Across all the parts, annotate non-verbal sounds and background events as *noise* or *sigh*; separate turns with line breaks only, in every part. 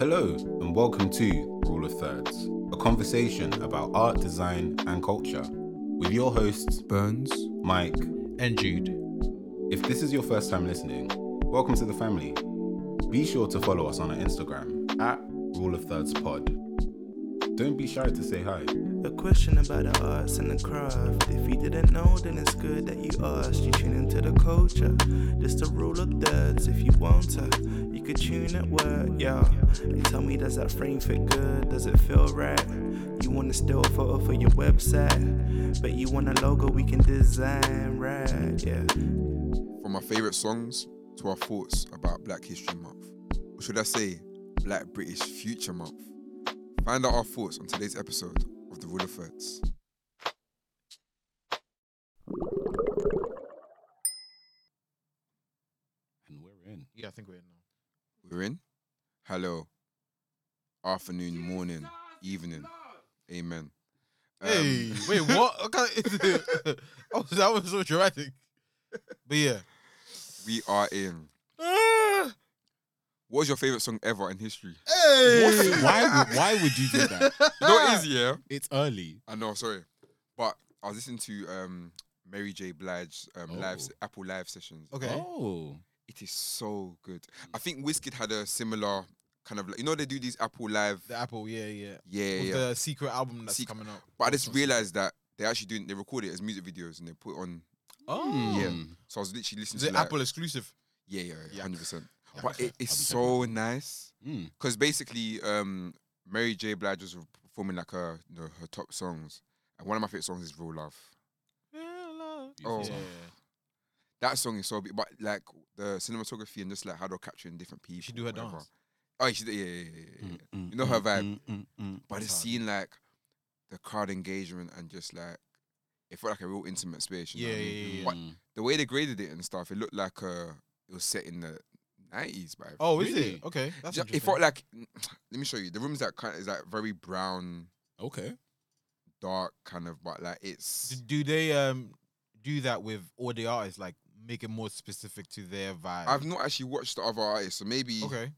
Hello, and welcome to Rule of Thirds, a conversation about art, design, and culture with your hosts,
Burns
Mike.
and Jude.
If this is your first time listening, welcome to the family. Be sure to follow us on our Instagram at Rule of Thirds Pod. Don't be shy to say hi.
A question about the arts and the craft. If you didn't know, then it's good that you asked. You tune into the culture. Just the rule of thirds. If you want to, you could tune at work, yeah. And tell me, does that frame fit good? Does it feel right? You want to steal a photo for your website, but you want a logo we can design, right? Yeah.
From our favourite songs to our thoughts about Black History Month, or should I say, Black British Future Month. Find out our thoughts on today's episode of The Rule of Thirds.
And we're in.
Yeah, I think we're in now.
We're in? Hello. Afternoon, morning, evening. Amen. Um,
hey, wait, what? Okay. *laughs* oh, that was so dramatic. But yeah.
We are in.
Ah,
What is your favourite song ever in history?
hey.
Why? would- Why would you do that?
*laughs* No, it is, yeah.
It's early.
I know, sorry. But I was listening to um, Mary J. Blige's um, live,
Oh.
Apple Live sessions.
Okay.
Oh,
It is so good. I think Wizkid had a similar kind of like, you know, they do these Apple Live.
The Apple, yeah, yeah.
Yeah,
With
yeah.
the secret album that's
Secret-
coming out.
But I just realized that they actually doing they record it as music videos and they put it on.
Oh.
Yeah. So I was literally listening
Is
to
it
like-
Apple exclusive?
Yeah, yeah, yeah,
Yeah.
hundred percent.
Yeah,
But it is so nice
Mm.
because basically, um, Mary J. Blige was performing like her, you know, her top songs, and one of my favorite songs is "Real Love." Oh.
Yeah.
That song is so big, but like the cinematography and just like how they're capturing different people.
She do her
whatever.
dance.
Oh, she did, yeah, yeah, yeah, yeah, yeah.
Mm, mm,
You know her
mm,
vibe.
mm, mm, mm.
But just seeing like the crowd engagement and just like it felt like a real intimate space. You know
Yeah,
what I mean?
yeah, yeah, yeah.
But the way they graded it and stuff, it looked like uh, it was set in the nineties, bro.
Oh, is
Really?
it? Okay. That's
Ju-
interesting.
it felt like. Let me show you. The room's that kind is like very brown,
Okay.
dark kind of, but like it's.
do, do they um do that with all the artists, like make it more specific to their vibe?
I've not actually watched the other artists, so maybe.
okay.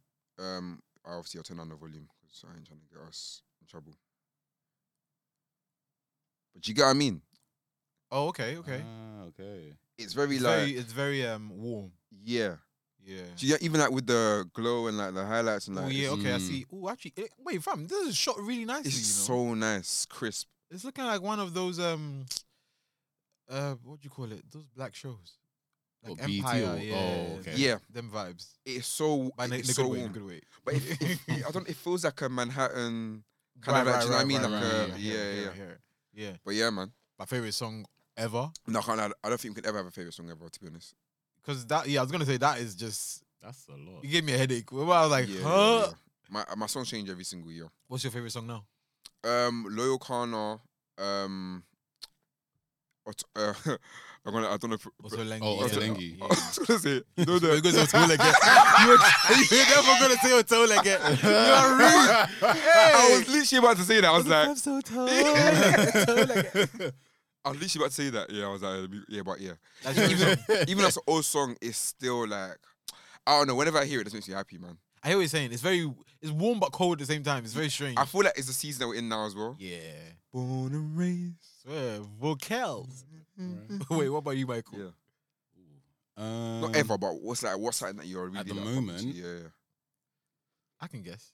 Um, I obviously I'll turn down the volume because I ain't trying to get us in trouble. But you get what I mean?
Oh, okay, okay.
Ah, okay.
It's very
it's,
like
very, it's very um warm.
yeah.
Yeah.
So yeah, even like with the glow and like the highlights and like
Oh yeah,
it's,
okay, I
Mm.
see. Oh, actually, eh, wait, fam, this is shot really nicely.
it's
you know?
so nice, crisp.
It's looking like one of those um, uh, what do you call it? Those black shows,
Oh,
like
BET
Empire.
or-
yeah,
oh, okay.
Yeah,
them vibes.
it's so
But in, a- in
it's
a
so
good way, in a
warm.
good way.
But it, it, it-
*laughs*
I don't. It feels like a Manhattan kind of like. do you know what I mean?
right,
like
right,
a,
right,
yeah, yeah.
yeah, yeah.
But yeah, man.
My favorite song ever,
No, I, can't, lie, I don't think we could ever have a favorite song ever. To be honest.
because that yeah, I was gonna say that is just
That's a lot.
you gave me a headache. Well, I was like,
yeah, yeah,
huh?
yeah. My my songs change every single year.
What's your favorite song now?
Um, Loyal Kana. Um, Ot- uh, *laughs* I'm gonna. I don't know. If,
What's your Lengi?
Oh,
yeah.
Ottolenghi.
*laughs* I was gonna say. You know
*laughs*
Because
the. *laughs*
it's Otolengi. You were- you were never gonna say Otolengi. You are rude.
I
Hey.
was literally about to say that. I was like,
I'm so tall. *laughs* That's
I was literally about to say that. Yeah, I was like, yeah,
*laughs*
but yeah.
your favorite song.
Even as an old song, it's still like, I don't know. Whenever I hear it, it just makes me happy, man.
I hear what you're saying. It's very, it's warm but cold at the same time. It's very strange.
I feel like it's the season that we're in now as well.
yeah.
Born and raised. Mm-hmm.
Swear, vocals. Wait, what about you, Michael?
Yeah.
Um,
Not ever, but what's like what's something that you're really
the
like,
moment-
fucking- Yeah, yeah.
I can guess.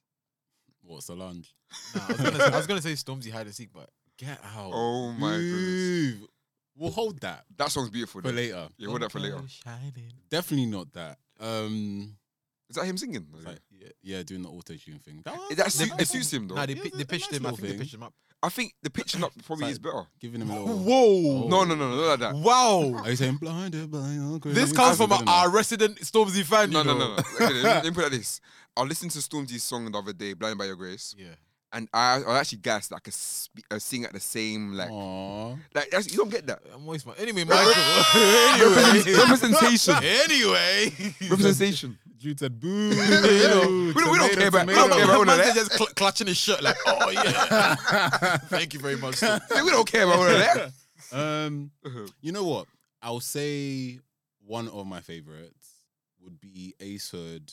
What Solange?
Nah, I, was gonna say, I was gonna say Stormzy hide and seek, but
Get out.
Oh my goodness.
Move. We'll hold that
That song's beautiful.
for
though.
later.
Yeah, hold that for later.
Shining.
Definitely not that. Um,
Is that him singing?
like,
Yeah.
yeah, doing the auto tune thing. That
Is that suit,
They-
it suits him though.
Nah, they,
Yeah,
pi-
it's a-
they
it's a
pitched
nice
him. I
little
think they
thing.
pitched him up.
I think the pitching up probably
Like- Oh.
is better.
giving
*laughs*
him a little.
Whoa!
No, no, no, no, not like that.
Oh. Wow!
Are you saying blinded by your grace?
This
That's
comes from
good
a,
enough.
our resident Stormzy fan.
No,
you
no,
know.
no, no. Okay, let me put it like this. I listened to Stormzy's song the other day, "Blinded by Your Grace,"
Yeah.
and I, I actually gassed that I could sp- uh, sing at the same
Oh.
like,
Aw.
like that's, you don't get that
I'm always my anyway, Michael. anyway,
representation.
*laughs* anyway.
*laughs* representation.
Jude said boo.
You know,
we don't- we don't care about- we don't
No,
care
no,
about all
no,
*laughs*
of
man's
that.
just cl- clutching his shirt like, oh yeah. Thank you very
*laughs*
much. Storm. *laughs*
we don't care about all of that.
Um,
Uh,
Uh-huh.
you know what? I'll say one of my favorites would be Ace Hood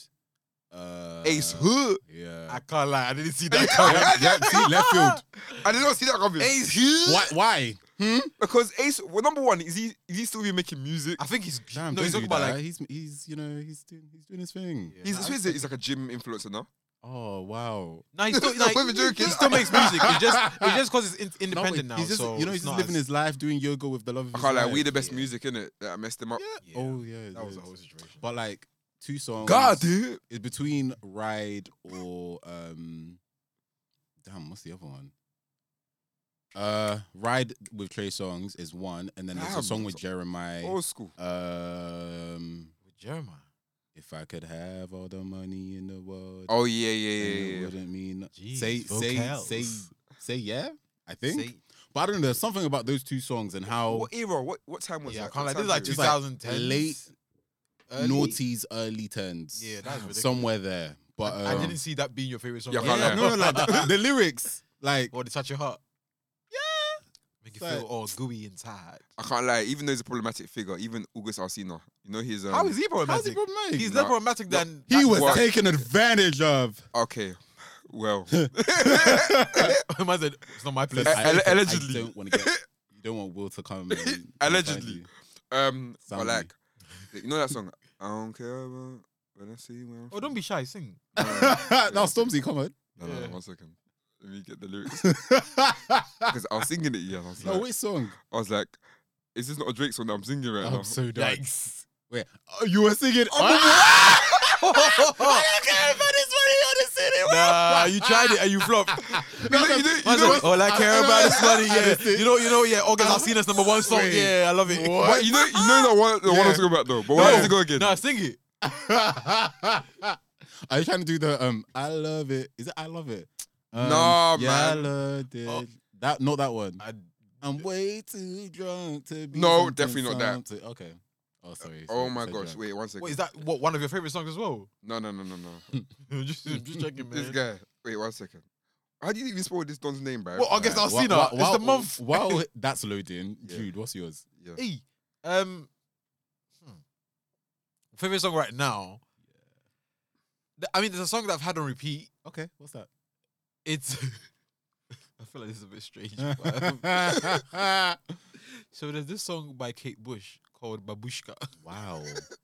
Uh,
Ace Hood.
Yeah.
I can't lie. *laughs* I didn't see that coming.
yeah, yeah, see,
*laughs*
left
*laughs*
field.
I did not see that coming.
Ace Hood.
Why? Why?
Because Ace, well, number one, is he is he still be making music?
I think he's
Damn,
no. He's
don't do
talking about
that.
like.
he's he's you know he's doing he's doing his thing.
Yeah,
He's,
nah,
so he's, a, he's like a gym influencer now.
Oh wow.
No, he's still
No,
like,
we're
he
joking.
still makes music. It's just it's just because it's in-
No,
independent
but
now.
He's just
so
you know he's
it's
just
not
living
as-
his life doing yoga with the love of
I
his
can't lie,
life.
we the best
yeah.
music in it that messed him up.
Yeah.
Oh yeah, it
that was
is.
the whole situation.
But like two songs.
God, dude.
It's between Ride or um Damn, what's the other one? Uh Ride with Trey Songs is one, and then there's
Damn.
a song with Jeremiah.
Old school.
Um
with Jeremiah.
if I could have all the money in the world,
Oh yeah, yeah,
then
yeah,
it
yeah. yeah.
wouldn't mean
Jeez,
say say
vocals.
say say yeah, I think.
See?
But I don't know, there's something about those two songs and how
What era? What what time was
Oh. Yeah, I
that?
can't
What
like this is
time
like
like
period?
2010
late,
early?
noughties, early tens.
Yeah, that's ridiculous.
somewhere there. But
I
um,
didn't see that being your favorite song.
Yeah, I can't
Yeah,
lie.
no, no, like
*laughs*
the, the lyrics, like
Or to touch your heart. Yeah. Make you
Like-
feel all gooey inside.
I can't lie. Even though he's a problematic figure, even August Alsina, you know he's um,
How is he problematic?
problematic?
He's
Nah.
less problematic than
he was
What?
taken advantage
*laughs*
of.
okay. Well,
*laughs* Man said, it's not my place.
Eh.
I- Alle- allegedly.
I don't want to get. You don't want Will to
*laughs*
come. and- and find
Allegedly.
you. *laughs*
*laughs* um, but
Sound
like, you know that song. I don't care about when I see when. I'm
Oh, don't be shy. Sing.
No,
*laughs*
no, no.
now Stormzy, come on. *laughs*
No, no, no,
Yeah.
one second. Let me get the
*laughs*
lyrics because I was singing it. Yeah, I was
no,
like,
which song?
I was like, is this not a Drake song that I'm singing right now? *laughs*
done.
Yikes. Wait, oh, you were singing. "Ah!" *laughs*
Nah, you tried it and you *laughs* flopped.
You know- you know- you
Man
know
said,
what-
all I care about is
*laughs*
money.
I
Yeah,
just see-
you know, you know, yeah. August, I've
Uh,
seen us number one song.
wait.
Yeah, I love it.
What?
But you know, you know the one, the one I was talking about though. But why does it go again?
Nah, sing it.
*laughs* Are you trying to do the um? I love it. Is it I love it? Um,
No,
yeah, I
man.
loved it.
Oh.
That not that one.
I,
I'm way too drunk to be.
No,
something,
definitely not that.
something. Okay. Oh, sorry.
Oh
sorry,
my
so
gosh!
drunk.
Wait one second.
wait, is that what one of your favorite songs as well? *laughs*
No, no, no, no, no.
just, just checking,
This
man.
guy. Wait one second. How do you even spell this Don's name, bro?
Well, August
Wha-
Alsina.
wha-
it's
wha-
the month. *laughs*
While that's loading,
Yeah.
Jude, what's yours?
Yeah.
Hey, um, hmm. favorite song right now. Th- I mean, there's a song that I've had on repeat.
Okay, what's
*laughs*
that?
It's. *laughs* I feel like this is a bit strange.
*laughs*
but, um,
wow.
so there's this song by Kate Bush called Babushka, *laughs*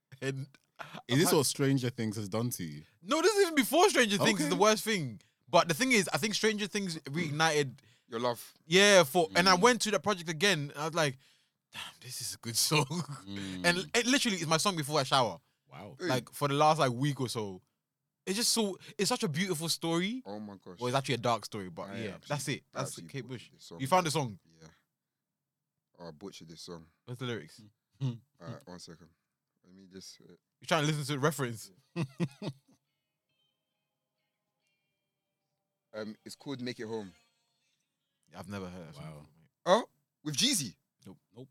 *laughs*
and
Is this what Stranger Things has done to you?
no, this is even before Stranger Things is
Okay.
the worst thing. But the thing is, I think Stranger Things reignited.
Your love.
Yeah, for and I
Mm.
went to that project again. And I was like, damn, this is a good *laughs* song. and it literally is my song before I shower.
Mm. wow.
like for the last like week or so. It's just so it's such a beautiful story.
Oh my gosh.
Well, it's actually a dark story, but
I
yeah,
absolutely-
that's it.
I
That's
absolutely
Kate Bush.
butchered this song.
You found the song.
Yeah. Oh, I butchered this song.
What's the lyrics?
Mm.
All right, one second. Let me just. Uh,
You're trying to listen to the reference.
um, it's called Make It Home.
I've never heard. That song.
Wow.
Oh, with Jeezy.
Nope. Nope.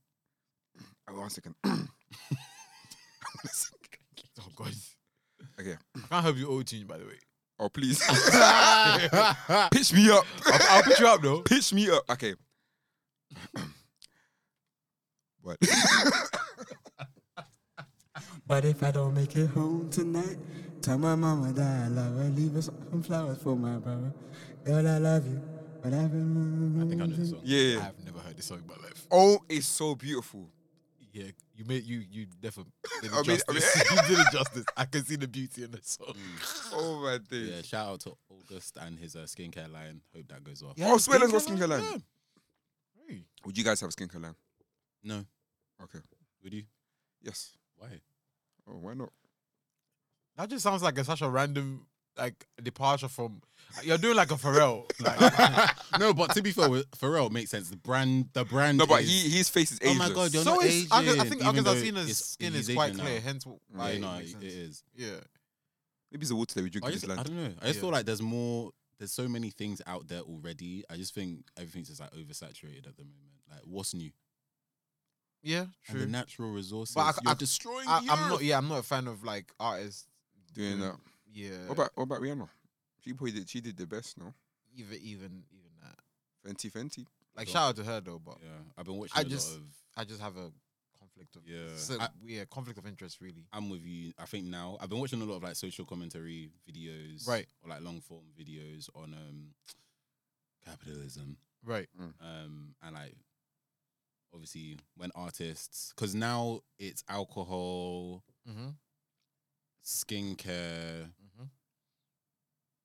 Oh, one second. *coughs* okay.
*laughs* Oh god.
*laughs*
I can't help you old tune by the way.
Oh please.
*laughs*
*laughs* Pitch me up.
I'll, I'll put you up though.
Pitch me up. Okay. *coughs*
*laughs*
what?
But if I don't make it home tonight, tell my mama that I love her. Leave her some flowers for my brother. Girl, I love you. But I've been.
I think I know
*laughs*
the song.
Yeah.
I've never heard this song in my life.
Oh, it's so beautiful.
Yeah, you made you you definitely did it
I mean- *laughs* I mean-
justice. *laughs* you did it justice. I can see the beauty in the song.
Oh my days.
Yeah, shout out to August and his uh, skincare line. Hope that goes well.
oh, swear that's what skincare line.
Hey.
Would you guys have skincare line?
No,
Okay.
would you?
Yes.
Why?
Oh, why not?
That just sounds like a, such a random like departure from. You're doing like a Pharrell.
*laughs*
Like,
no, but to be fair, with Pharrell makes sense. The brand, the brand.
No, but
is-
he, his face is
Oh
ageless.
my God, you're
so
not
is, I, I
Asian,
think
even though
Akazatina's
it's-
skin
he's
is quite
Asian now.
clear. Hence, why
yeah,
it
no,
makes
it
sense.
is.
Yeah.
Maybe it's the water that we drink
I,
in
just,
this
I
land.
don't know. I just
Yeah.
feel like there's more. There's so many things out there already. I just think everything's just like oversaturated at the moment. Like what's new
Yeah.
and the
True.
natural resources.
I-
you're
I-
destroying.
I, I'm
Europe.
not. Yeah, I'm not a fan of like artists.
Doing that.
Yeah.
What about what about Rihanna? She probably did, she did the best, no?
even even even that?
Fenty Fenty.
Like
Sure.
shout out to her though, but
Yeah, I've been watching
e-, I
a
just-
lot of
I just have a conflict of
Yeah.
it's a
I-
weird conflict of interest really.
I'm with you. I think now I've been watching a lot of like social commentary videos,
Right.
or like long form videos on um capitalism,
Right.
um, and like obviously when artists, because now it's alcohol,
Mm-hmm.
skincare,
Mm-hmm.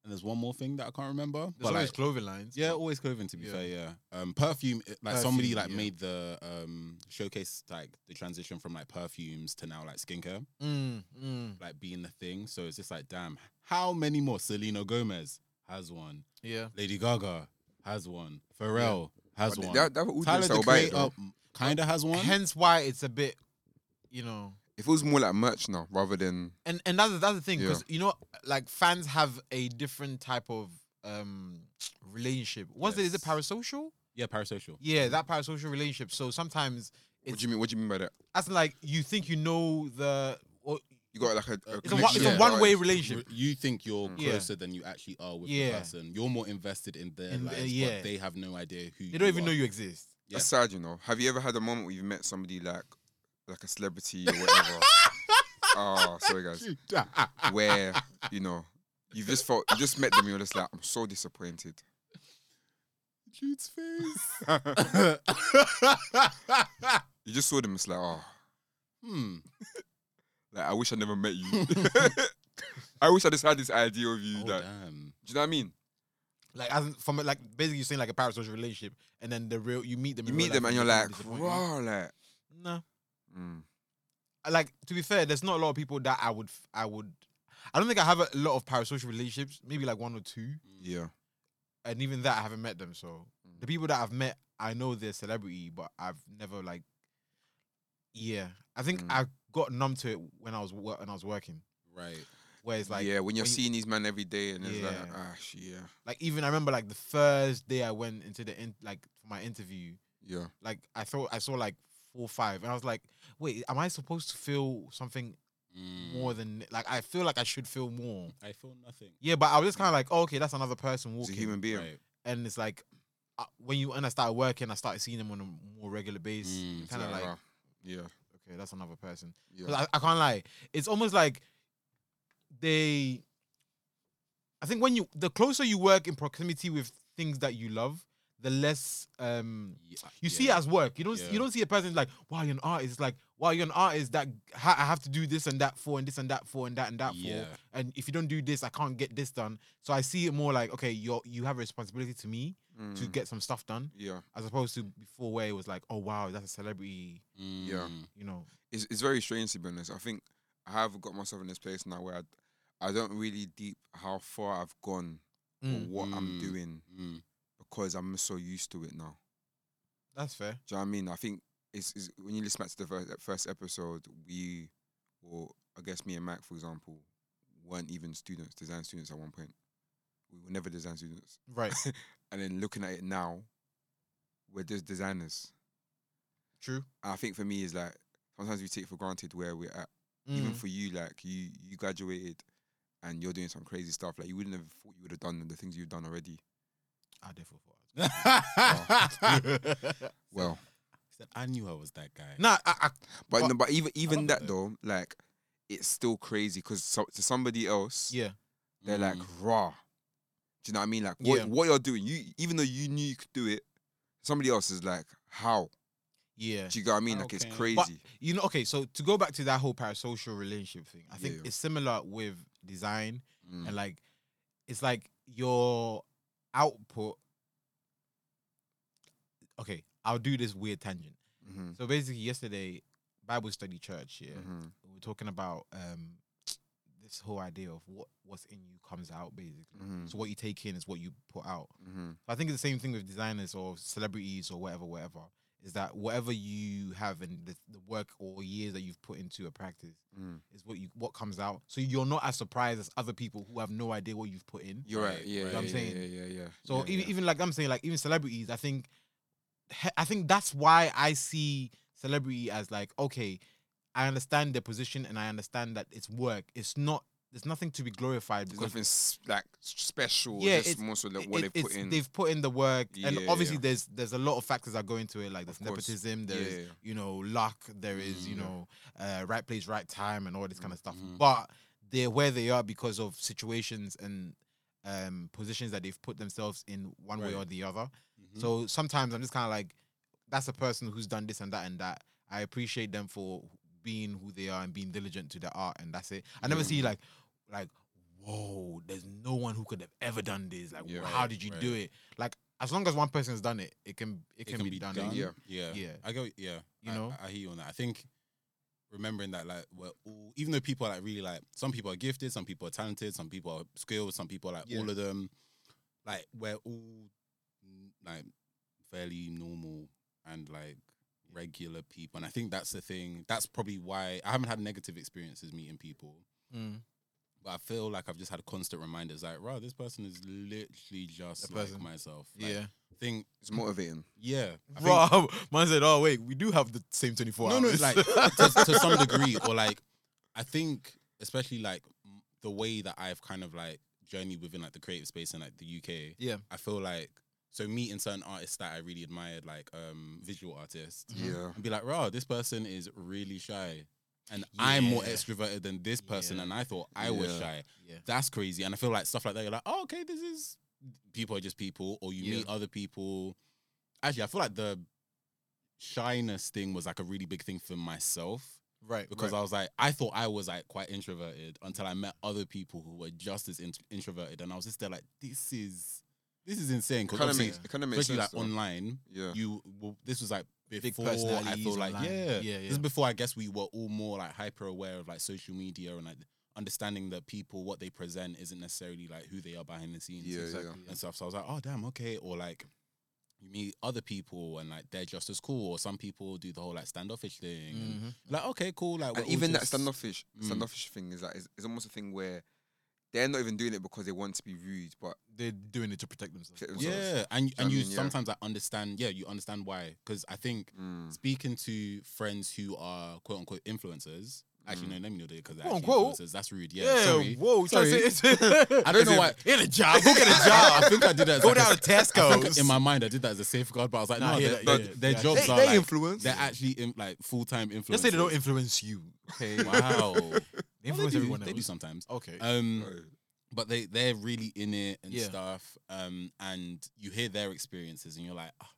and there's one more thing that I can't remember.
There's always
like,
clothing lines.
yeah, always clothing to be
Yeah.
fair. Yeah, um, perfume. it- Like somebody
Perfume,
like
yeah.
made the um showcase like the transition from like perfumes to now like skincare,
Mm, mm,
like being the thing. So it's just like, damn, how many more? Selena Gomez has one.
yeah.
Lady Gaga has one. Pharrell has
But
one.
That, that would all
Tyler
Tyler
the
buy it,
Creator
though.
kind of has one.
Hence why it's a bit, you know,
It feels more like merch now rather than
and and that's, that's the thing
Yeah.
because you know, like fans have a different type of um relationship. What's it? Is it
Yes.
parasocial?
yeah, parasocial.
Yeah, that parasocial relationship. So sometimes
what
it's
do you mean? What do you mean by that?
as in, like you think you know the. Or,
You got like a, a
it's a, one, it's a
connection.
one-way
Right.
relationship.
You think you're
Mm. Yeah.
closer than you actually are with the
Yeah.
person. You're more invested in their
In the-
lives,
yeah.
but they have no idea who.
They don't even
are.
know you exist. *laughs*
Yeah.
That's sad, you know. Have you ever had a moment where you've met somebody like like a celebrity or
*laughs*
whatever? oh, sorry guys. Where, you know, you just felt you just met them, you're just like, I'm so disappointed.
*laughs* Jude's
*laughs*
face. Hmm.
You just saw them, it's like, oh,
hmm.
like I wish I never met you.
*laughs*
*laughs* I wish I just had this idea of you
Oh,
that
damn.
do you know what I mean?
Like as in- from like basically you're saying like a parasocial relationship, and then the real you meet them.
You
in
meet
real
them
life
and you're like,
they disappoint you.
wow, like
no.
mm,
Like to be fair, there's not a lot of people that I would I would. I don't think I have a lot of parasocial relationships. Maybe like one or two,
yeah.
and even that I haven't met them. So
Mm.
the people that I've met, I know they're celebrity, but I've never like. Yeah, I think
Mm.
I got numb to it when I was wor- when I was working.
Right.
Where it's like
yeah, when you're
when you-
seeing these men every day and it's like,
Yeah.
ah, sh- yeah,
like even I remember like the first day I went into the in, like for my interview.
yeah.
like I thought I saw like four or five, and I was like, wait, am I supposed to feel something
Mm.
more than like I feel like I should feel more?
I feel nothing.
Yeah, but I was just kind of like, oh, okay, that's another person
Mm. It's a
walking,
human being.
Right.
and it's like uh, when you and I started working, I started seeing them on a more regular basis.
Mm,
It's
kind of like,
ah, yeah,
okay, that's another person.
yeah.
'Cause I, I can't lie, it's almost like they. I think when you the closer you work in proximity with things that you love, the less um
Yeah,
you see it
yeah.
as work. You don't
Yeah.
you don't see a person like, wow, you're an artist. It's Like, wow, you're an artist that ha- I have to do this and that for, and this and that for, and that and that
Yeah.
for. And if you don't do this, I can't get this done. So I see it more like, okay, you you have a responsibility to me to
Mm,
get some stuff done,
yeah.
as opposed to before where it was like, oh wow, that's a celebrity,
Yeah.
Mm.
you know.
It's it's very strange to be honest. I think I have got myself in this place now where I, I don't really deep how far I've gone or
Mm,
what I'm
Mm.
doing
Mm.
because I'm so used to it now.
that's fair.
Do you know what I mean? I think it's, it's when you listen back to the first, first episode, we, or I guess me and Mac, for example, weren't even students, design students at one point. We were never design students.
Right.
and then looking at it now, we're just designers.
True.
And I think for me is like sometimes we take for granted where we're at. Even
Mm,
for you, like you you graduated and you're doing some crazy stuff. Like you wouldn't have thought you would have done the things you've done already.
I definitely thought. Oh,
Well,
He said, I knew I was that guy.
*laughs* Nah, I, I,
but
But-
no, but even even
love it
that though, like it's still crazy because so, to somebody else,
yeah,
they're like
Mm.
raw. Do you know what I mean? Like what
Yeah.
what you're doing, you even though you knew you could do it, somebody else is like, how?
yeah.
Do you know what I mean? Like it's
Okay.
crazy.
But- you know, okay, so to go back to that whole parasocial relationship thing, I think
Yeah.
it's similar with design
Mm.
and like it's like your output. Okay, I'll do this weird tangent.
Mhm,
So basically, yesterday, Bible study church, yeah,
mhm,
we were talking about um this whole idea of what what's in you comes out basically.
mhm,
So what you take in is what you put out.
mhm.
I think it's the same thing with designers or celebrities or whatever, whatever. Is that whatever you have and the, the work or years that you've put into a practice
Mm.
is what you what comes out. So you're not as surprised as other people who have no idea what you've put in.
You're right. Yeah,
right.
yeah,
I'm
yeah,
saying.
Yeah, yeah, yeah.
So
yeah,
even,
yeah.
even like I'm saying, like even celebrities, I think, he- I think that's why I see celebrity as like okay, I understand their position and I understand that it's work. It's not the there's nothing to be glorified
There's
because
nothing s- like special.
Yeah,
Yeah, it's
it's-
more so like
it-
what
it-
they
it's-
put in.
They've put in the work, and
Yeah,
obviously
yeah.
there's there's a lot of factors that go into it. Like there's
Of course.
nepotism, there's
Yeah, yeah.
you know luck, there is you
Mm. Mm-hmm.
know uh, right place, right time, and all this kind of stuff.
Mhm.
But they're where they are because of situations and um, positions that they've put themselves in one way
Right.
or the other.
Mhm.
So sometimes I'm just kind of like, that's a person who's done this and that and that. I appreciate them for being who they are and being diligent to their art, and that's it. I never see like, like, whoa, there's no one who could have ever done this. Like,
Yeah.
how did you do it? Like, as long as one person's done it, it can it,
it can be, done.
Yeah.
yeah,
Yeah.
I go, yeah,
You
I,
know?
I hear you on that. I think remembering that, like, we're all, even though people are like really like, some people are gifted, some people are talented, some people are skilled, some people are like
Yeah.
all of them. Like, we're all mm, like fairly normal and like regular people, and I think that's the thing. That's probably why I haven't had negative experiences meeting people.
Mm.
But I feel like I've just had constant reminders, like, "Wow, this person is literally just
The
like
person.
myself." Like,
Yeah,
think,
It's motivating.
yeah, I think-
bro. *laughs* Man said, "Oh wait, we do have the same 24
no,
hours."
no, it's like
*laughs*
to, to some degree, or like I think, especially like m- the way that I've kind of like journeyed within like the creative space in like the UK.
Yeah.
I feel like so meeting certain artists that I really admired, like um visual artists,
Yeah.
and be like, "Wow, this person is really shy." And I'm more
Yeah.
extroverted than this person,
Yeah.
and I thought I was
Yeah.
shy.
yeah,
That's crazy. And I feel like stuff like that, you're like, oh, okay, this is people are just people, or you
Yeah.
meet other people. Actually, I feel like the shyness thing was like a really big thing for myself
right,
because I was like, I thought I was like quite introverted until I met other people who were just as int- introverted, and I was just there like, this is this is insane.
It
Because
kind of
obviously,
makes it kind of makes
especially
sense.
like
though.
online,
yeah.
you well, this was like before I
personalities
feel like
online.
yeah,
Yeah,
this
yeah.
is before I guess we were all more like hyper aware of like social media and like understanding that people what they present isn't necessarily like who they are behind the scenes
Yeah, yeah.
exactly.
and stuff. So I was like, oh damn, okay. Or like you meet other people and like they're just as cool. Or some people do the whole like standoffish thing. And,
Mhm.
like okay, cool. Like we're
And
all
even that
just-
standoffish
Mm.
standoffish thing is like is, is almost a thing where they're not even doing it because they want to be rude, but
They're doing it to protect themselves.
Protect themselves.
Yeah, and
I
and you
mean? Yeah.
sometimes like understand. Yeah, you understand why because I think
mm,
speaking to friends who are quote unquote influencers. Actually,
Mm.
no, let me know because they're
Quote,
actually
unquote?
influencers. That's rude. Yeah,
Yeah,
sorry.
whoa,
Sorry.
trying to say *laughs* it's-
I don't know why.
Get a job. Go
*laughs*
get a
I
job.
think *laughs* I did that. As
Go
like a-
down to
I think
Tesco's.
in my mind, I did that as a safeguard, but I was like,
Nah,
no,
yeah,
their-
yeah,
their-
yeah.
their
Yeah,
jobs
they-
are
they
like
influence.
They're actually in, like full time influencers.
Let's say they don't influence you. Okay. *laughs*
Wow,
They influence
do.
everyone
They do
else.
sometimes.
Okay.
Um,
sorry.
but they they're really in it and
Yeah.
stuff. Um, and you hear their experiences, and you're like, "Ah,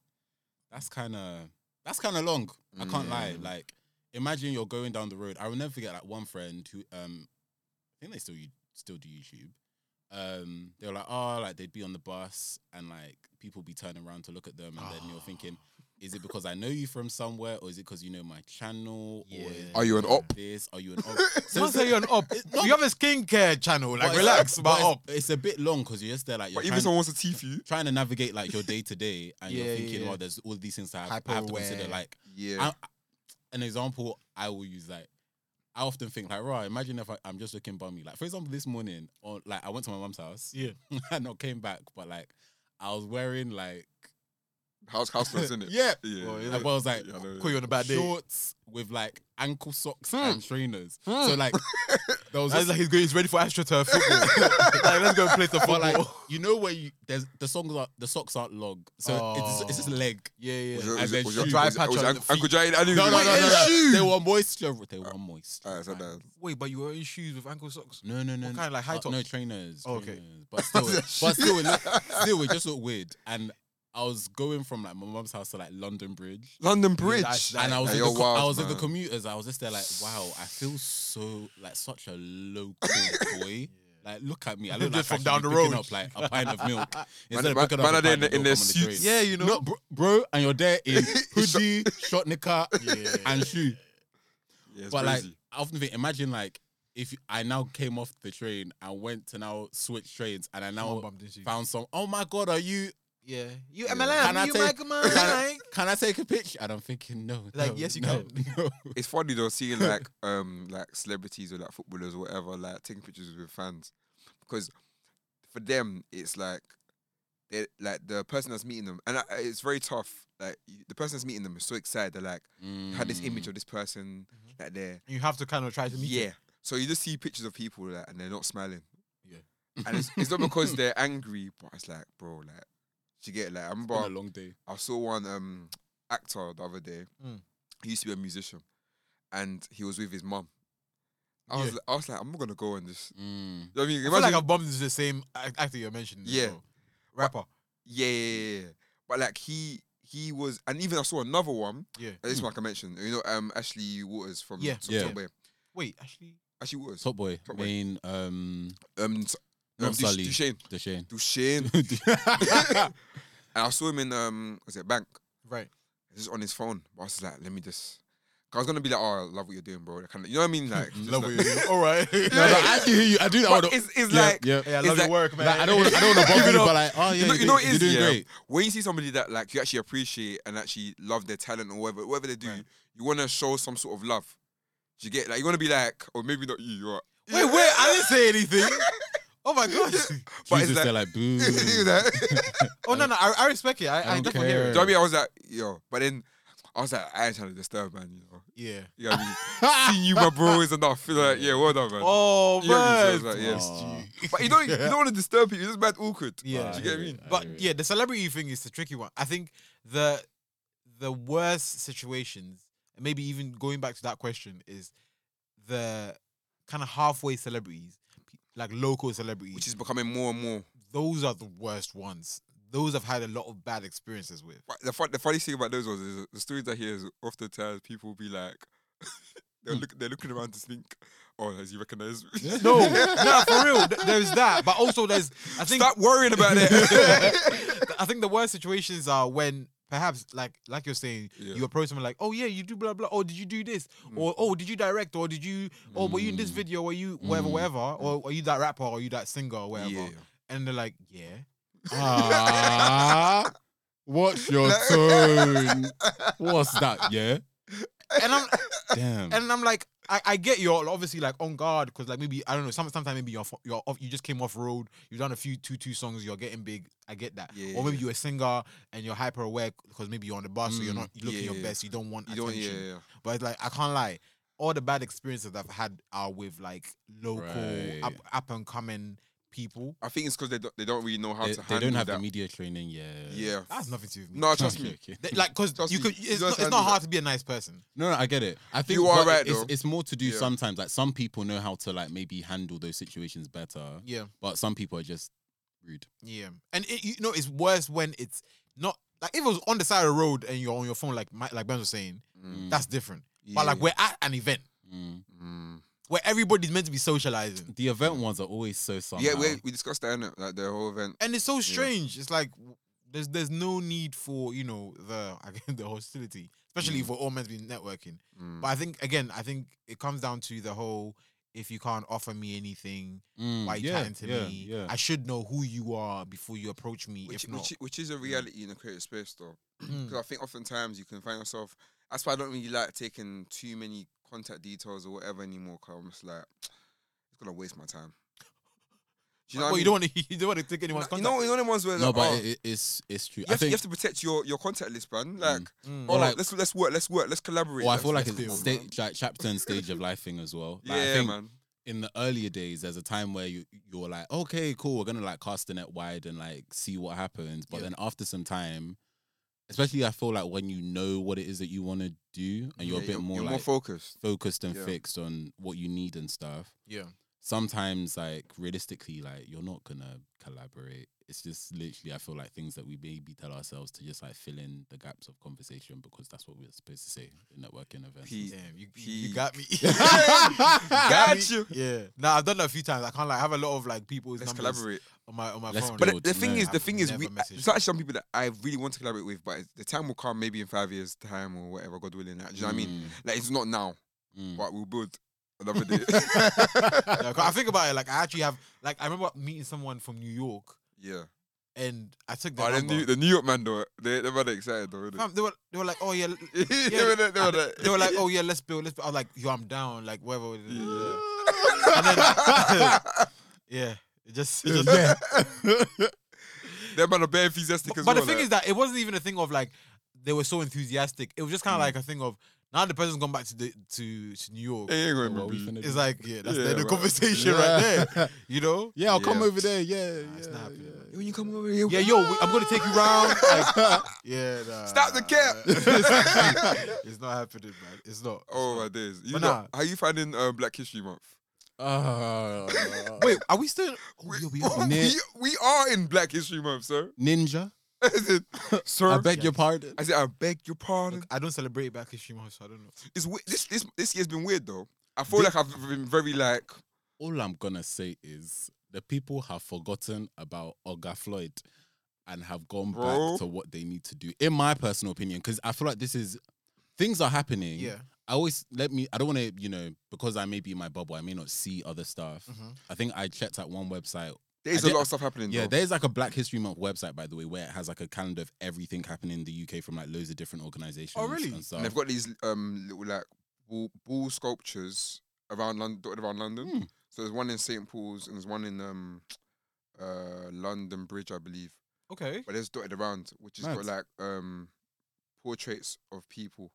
that's kind of that's kind of long. I can't lie.
Mm.
Like, imagine you're going down the road. I will never forget like one friend who um, I think they still u- still do YouTube. Um, they were like, oh, like they'd be on the bus and like people be turning around to look at them, and then
Ah.
you're thinking, is it because I know you from somewhere, or is it because you know my channel, or is
Yeah.
it
Are you an op?
This? Are you an op?
*laughs*
So
Once
it's-
you're an op,
not-
you have a skincare channel. Like,
but it's-
relax about
but
op.
It's, it's a bit long because you're just there like you're
But even
trying,
someone wants to teeth you.
trying to navigate like your day to day, and
Yeah,
you're
yeah,
thinking,
yeah.
well, there's all these things that I have, I have to consider.
Hyper-aware.
Like
Yeah.
I- an example, I will use like. I often think like, right, imagine if I, I'm just looking bummy. Like, for example, this morning, or like I went to my mom's house,
Yeah.
and *laughs* I came back, but like I was wearing like,
House house clothes, innit?
*laughs* yeah,
Yeah.
Well,
I *laughs* was like
Yeah, I know,
Call you on a bad day. Hmm.
shorts with like ankle socks and trainers. So
*laughs*
like, there was
That's
this-
like he's, going, he's ready for AstroTurf *laughs* football. like, let's go and play some football.
but like you know where you there's the songs are the socks aren't long, so it's, it's just
Oh.
leg.
yeah, yeah.
Was your-
And
was your-
then
was your-
shoes.
Dry
was your-
patch
was
on
your
the
Uncle Uncle Jay? I knew
No,
you
no,
was-
no, no, no. They were moisture. They were moist.
Alright, so bad.
Wait, but you were in shoes with ankle socks?
No, no, no.
What
no.
kind of, like, high
Uh,
top?
No trainers.
Oh, okay.
trainers. but *laughs* still, it- but still, it looked, still, it just looked weird. And I was going from like my mum's house to like London Bridge,
London Bridge.
that's-
and I was
Hey,
in the
you're
co- I
wild,
was in the
man.
commuters. I was just there like, wow, I feel so like such a local
*laughs*
boy. Like, look at me. I look
Just
like
from
I should
down
be
the
picking
road.
up like a pint of milk
*laughs*
instead of
man-
picking
man
up
are
a
they in
pint of
the- in
milk
their
on the train.
suits?
Yeah, you know.
No, bro, bro, and you're there
*laughs*
in hoodie, short knicker,
Yeah.
and shoe.
Yeah, it's
But like,
crazy.
I often think, imagine like if you, I now came off the train and went to now switch trains, and I
Someone
now
bumped into you.
found some. Oh my god, are you?
Yeah. You
Yeah.
MLM,
Can I
you
take-
Michael
Can I,
Mike.
can I take a picture? And I'm thinking, no.
Like,
no,
yes, you
no, *laughs*
can.
No.
It's funny though seeing like um like celebrities or like footballers or whatever like taking pictures with fans because for them it's like they like the person that's meeting them and I, I- it's very tough like you- the person that's meeting
Mm.
them is so excited they're like had this image of this person like they're
You have to kind of try to meet
yeah So you just see pictures of people like, and they're not smiling.
Yeah.
And it's,
*laughs*
it's not because they're angry, but it's like, bro, like, do you get it? like I remember
Been a long day.
I saw one um actor the other day.
Mm.
He used to be a musician, and he was with his mum. I was, I was like, I'm not gonna go on this.
Mm.
You know what I mean,
I feel like
Imagine-
I've bumped into the same ac- actor you're mentioning. as
Yeah.
well. rapper.
yeah, yeah, yeah, yeah. But like he he was, and even I saw another one.
Yeah.
This one I can mention. You know, um, Ashley Waters from
Yeah.
Top,
Mm. Yeah.
Top Boy.
Wait, actually,
Ashley Waters.
Top boy,
Top boy.
main um,
Um, so-
Not
um,
Sully.
Duchesne. *laughs*
Deshane. *laughs*
Duchesne. and I saw him in um, was it Bank?
right.
Just on his phone. But I was like, let me just. 'cause I was gonna be like, oh, I love what you're doing, bro. That kind of, you know what I mean? Like, just
Love
like-
what you're doing. *laughs* All *laughs* right.
No, no, I can hear you. I do that. all
*laughs* But
the-
it's, it's
yeah,
like
yeah.
Hey, I
It's
love your
like-
work, man.
Like, I don't, wanna, I don't
*laughs*
want to bother you,
know-
but like, oh yeah,
you know,
you're
you
doing-
know what it is,
you're doing
yeah?
great.
When you see somebody that like you actually appreciate and actually love their talent or whatever, whatever they do,
Right.
you want to show some sort of love. Do you get like you want to be like, or maybe not you, you're *laughs*
Wait, wait. I didn't say anything. Oh my
But
god.
Jesus,
it's like-
they're
*laughs*
like, boo.
you know?
Oh no, no. I, I respect it. I, I,
don't
definitely hear
Do
it.
you know what I mean? I was like, yo, but then I was like, I ain't trying to disturb, man. You know,
Yeah.
you know what I *laughs* mean? Seeing you, my bro, is enough. You're like, yeah, well done, man.
*laughs* Oh
You know what I mean? So it's
man.
like,
Aw.
yeah. But you don't, you *laughs* don't want to disturb people. It's just mad awkward.
Yeah.
do
hear
you get what I
it.
mean?
But
hear it.
yeah, the celebrity thing is the tricky one. I think the the worst situations, and maybe even going back to that question, is the kind of halfway celebrities, pe- like local celebrities.
Which is becoming more and more.
those are the worst ones. Those I've had a lot of bad experiences with.
But the, fun, the funny thing about those ones is the stories I hear is oftentimes people be like, *laughs* they're,
Hmm.
look, they're looking around to think, oh, has he recognized me?
No,
*laughs*
no, for real. th- There's that, but also there's. I think
Stop worrying about it.
*laughs* I think the worst situations are when perhaps like like you're saying
Yeah. Mm.
you approach someone like oh yeah you do blah blah or did you do this or oh did you direct or did you or were you in this
Mm.
video were you whatever
Mm.
whatever or are you that rapper or are you that singer or whatever
Yeah.
and they're like yeah
Ah, what's your
*laughs*
tone? What's that? Yeah.
and I'm
Damn.
and I'm like I, I get you're obviously like on guard because like maybe I don't know some sometimes maybe you're fo- you're off, you just came off road you've done a few two two songs you're getting big I get that
Yeah,
or maybe
yeah.
you're a singer and you're hyper aware because maybe you're on the bus so you're
Mm,
not looking
yeah,
your
yeah.
best you don't want
You don't,
attention.
yeah, yeah.
But it's like I can't lie, all the bad experiences I've had are with like local
Right.
up up and coming people.
I think it's because they don't, they don't really know how
they,
to
they
handle
don't have
that.
the media training. Yeah.
yeah.
That's nothing to do with me.
*laughs*
No, trust me.
Okay, okay.
They- like because
Trust
you
me,
could,
you
it's,
guys
not, it's
handle
not hard
that.
to be a nice person.
No, no, I get it. I think
You are
but
right,
It's,
though.
it's more to do
Yeah.
sometimes. Like some people know how to like maybe handle those situations better,
Yeah,
but some people are just rude.
yeah, and it, you know it's worse when it's not like if it was on the side of the road and you're on your phone like my, like Ben was saying,
Mm,
that's different.
yeah.
But like we're at an event
Mm.
Mm.
where everybody's meant to be socializing,
The event ones are always so somehow.
Yeah, we, we discussed that, innit? Like, the whole event.
and it's so
Yeah.
strange. It's like w- there's there's no need for you know the *laughs* the hostility, especially if we're all meant to be networking.
Mm.
But I think again, I think it comes down to the whole if you can't offer me anything
Mm,
by
yeah,
chatting to
yeah,
me,
Yeah.
*laughs*
I should know who you are before you approach me.
Which,
if not,
which, which is a reality in a creative space, though.
Mm.
Because I think oftentimes you can find yourself. That's why I don't really like taking too many contact details or whatever anymore. Cause I'm just like, it's gonna waste my time. Do you know
well,
what
you
I mean?
don't want to *laughs* you don't want to take anyone's
you
contact.
know, you know the ones where
no,
like,
but
oh,
it, it's it's true.
you,
I
have to, you
think
have to protect your, your contact list, man. Like,
Mm.
oh,
Or like-
let's let's work, let's work, let's collaborate.
Well, I
let's-
feel like
let's
it's
build,
sta-
man.
like chapter and stage of life thing as well. Like, I
yeah,
think
man.
in the earlier days, there's a time where you you're like, okay, cool, we're gonna like cast the net wide and like see what happens. But
Yeah.
then after some time, especially I feel like when you know what it is that you want to do and you're
Yeah,
a bit more
you're
like
more focused.
focused and
Yeah.
fixed on what you need and stuff.
yeah,
Sometimes, like realistically, like you're not gonna collaborate. It's just literally, I feel like things that we maybe tell ourselves to just like fill in the gaps of conversation because that's what we're supposed to say in networking events.
P-
damn, you, you
Peak. *laughs*
got me. *laughs*
Got
me.
you.
Yeah. Nah, I've done that a few times. I can't like I have a lot of like people's
Let's
numbers
collaborate.
on my on my
Let's
phone.
build-
But the, the thing
no,
is, the
I've
thing is,
never
we,
messaged
there's actually some people that I really want to collaborate with, but the time will come maybe in five years' time or whatever, God willing. Like, do you know what I mean? Like, it's not now,
Mm, mm.
but we'll build
*laughs*
another day.
Yeah, 'cause I think about it. Like I actually have like I remember meeting someone from New York
yeah.
and I took their
Oh, the,
number.
New, the New York man, though, they, they're rather excited, though, innit?
Fam, they were they were like oh yeah
*laughs* they were, they were
And
like,
they were like, "Oh yeah, let's build, let's." Build. I was like, "Yo, I'm down." Like, whatever.
*laughs* Yeah.
And then, *laughs* yeah, it just, it just
*laughs* They're man are bare enthusiastic
But,
as
but
well.
the thing
like, Mm.
is that it wasn't even a thing of like they were so enthusiastic. It was just kind of like a thing of Now the person's gone back to the to, to New York.
Hey, you ain't
What
gonna
Oh, we
be-
finna do?
It's like yeah, that's
Yeah,
the end of
bro.
conversation
*laughs*
right there. You know?
yeah, I'll come
Yeah.
over there. Yeah,
Nah, it's
yeah,
not happening.
yeah.
When you come over here,
Yeah, yo, we- I'm gonna take you round.
*laughs*
Like, yeah, nah,
Stop the cap.
*laughs* it's not happening, man. It's not.
Oh my days! You
But
know,
nah.
how you finding uh, Black History Month?
Uh,
Wait, are
*laughs*
we still? Oh, yeah, *laughs*
*laughs*
we are.
Nick.
we, we are in Black History Month, sir. *laughs*
Ninja.
I said, sir,
*laughs* I beg your pardon.
I said, I beg your pardon.
Look, I don't celebrate Black History Month, so I don't know.
It's we- this this this year's been weird though. I feel like I've been very like
All I'm gonna say is the people have forgotten about Olga Floyd and have gone
Bro.
back to what they need to do. In my personal opinion, because I feel like this is things are happening.
Yeah.
I always let me. I don't want to, you know, because I may be in my bubble. I may not see other stuff.
Mhm.
I think I checked at one website.
there's
I
a
did-
lot of stuff happening.
Yeah,
though.
there's like a Black History Month website, by the way, where it has like a calendar of everything happening in the UK from like loads of different organizations.
really?
And stuff.
and they've got these um little like bull, bull sculptures around London, dotted around London.
Hmm.
So there's one in St Paul's and there's one in um uh London Bridge, I believe.
Okay.
But there's dotted around, which has got
Mad.
like um portraits of people.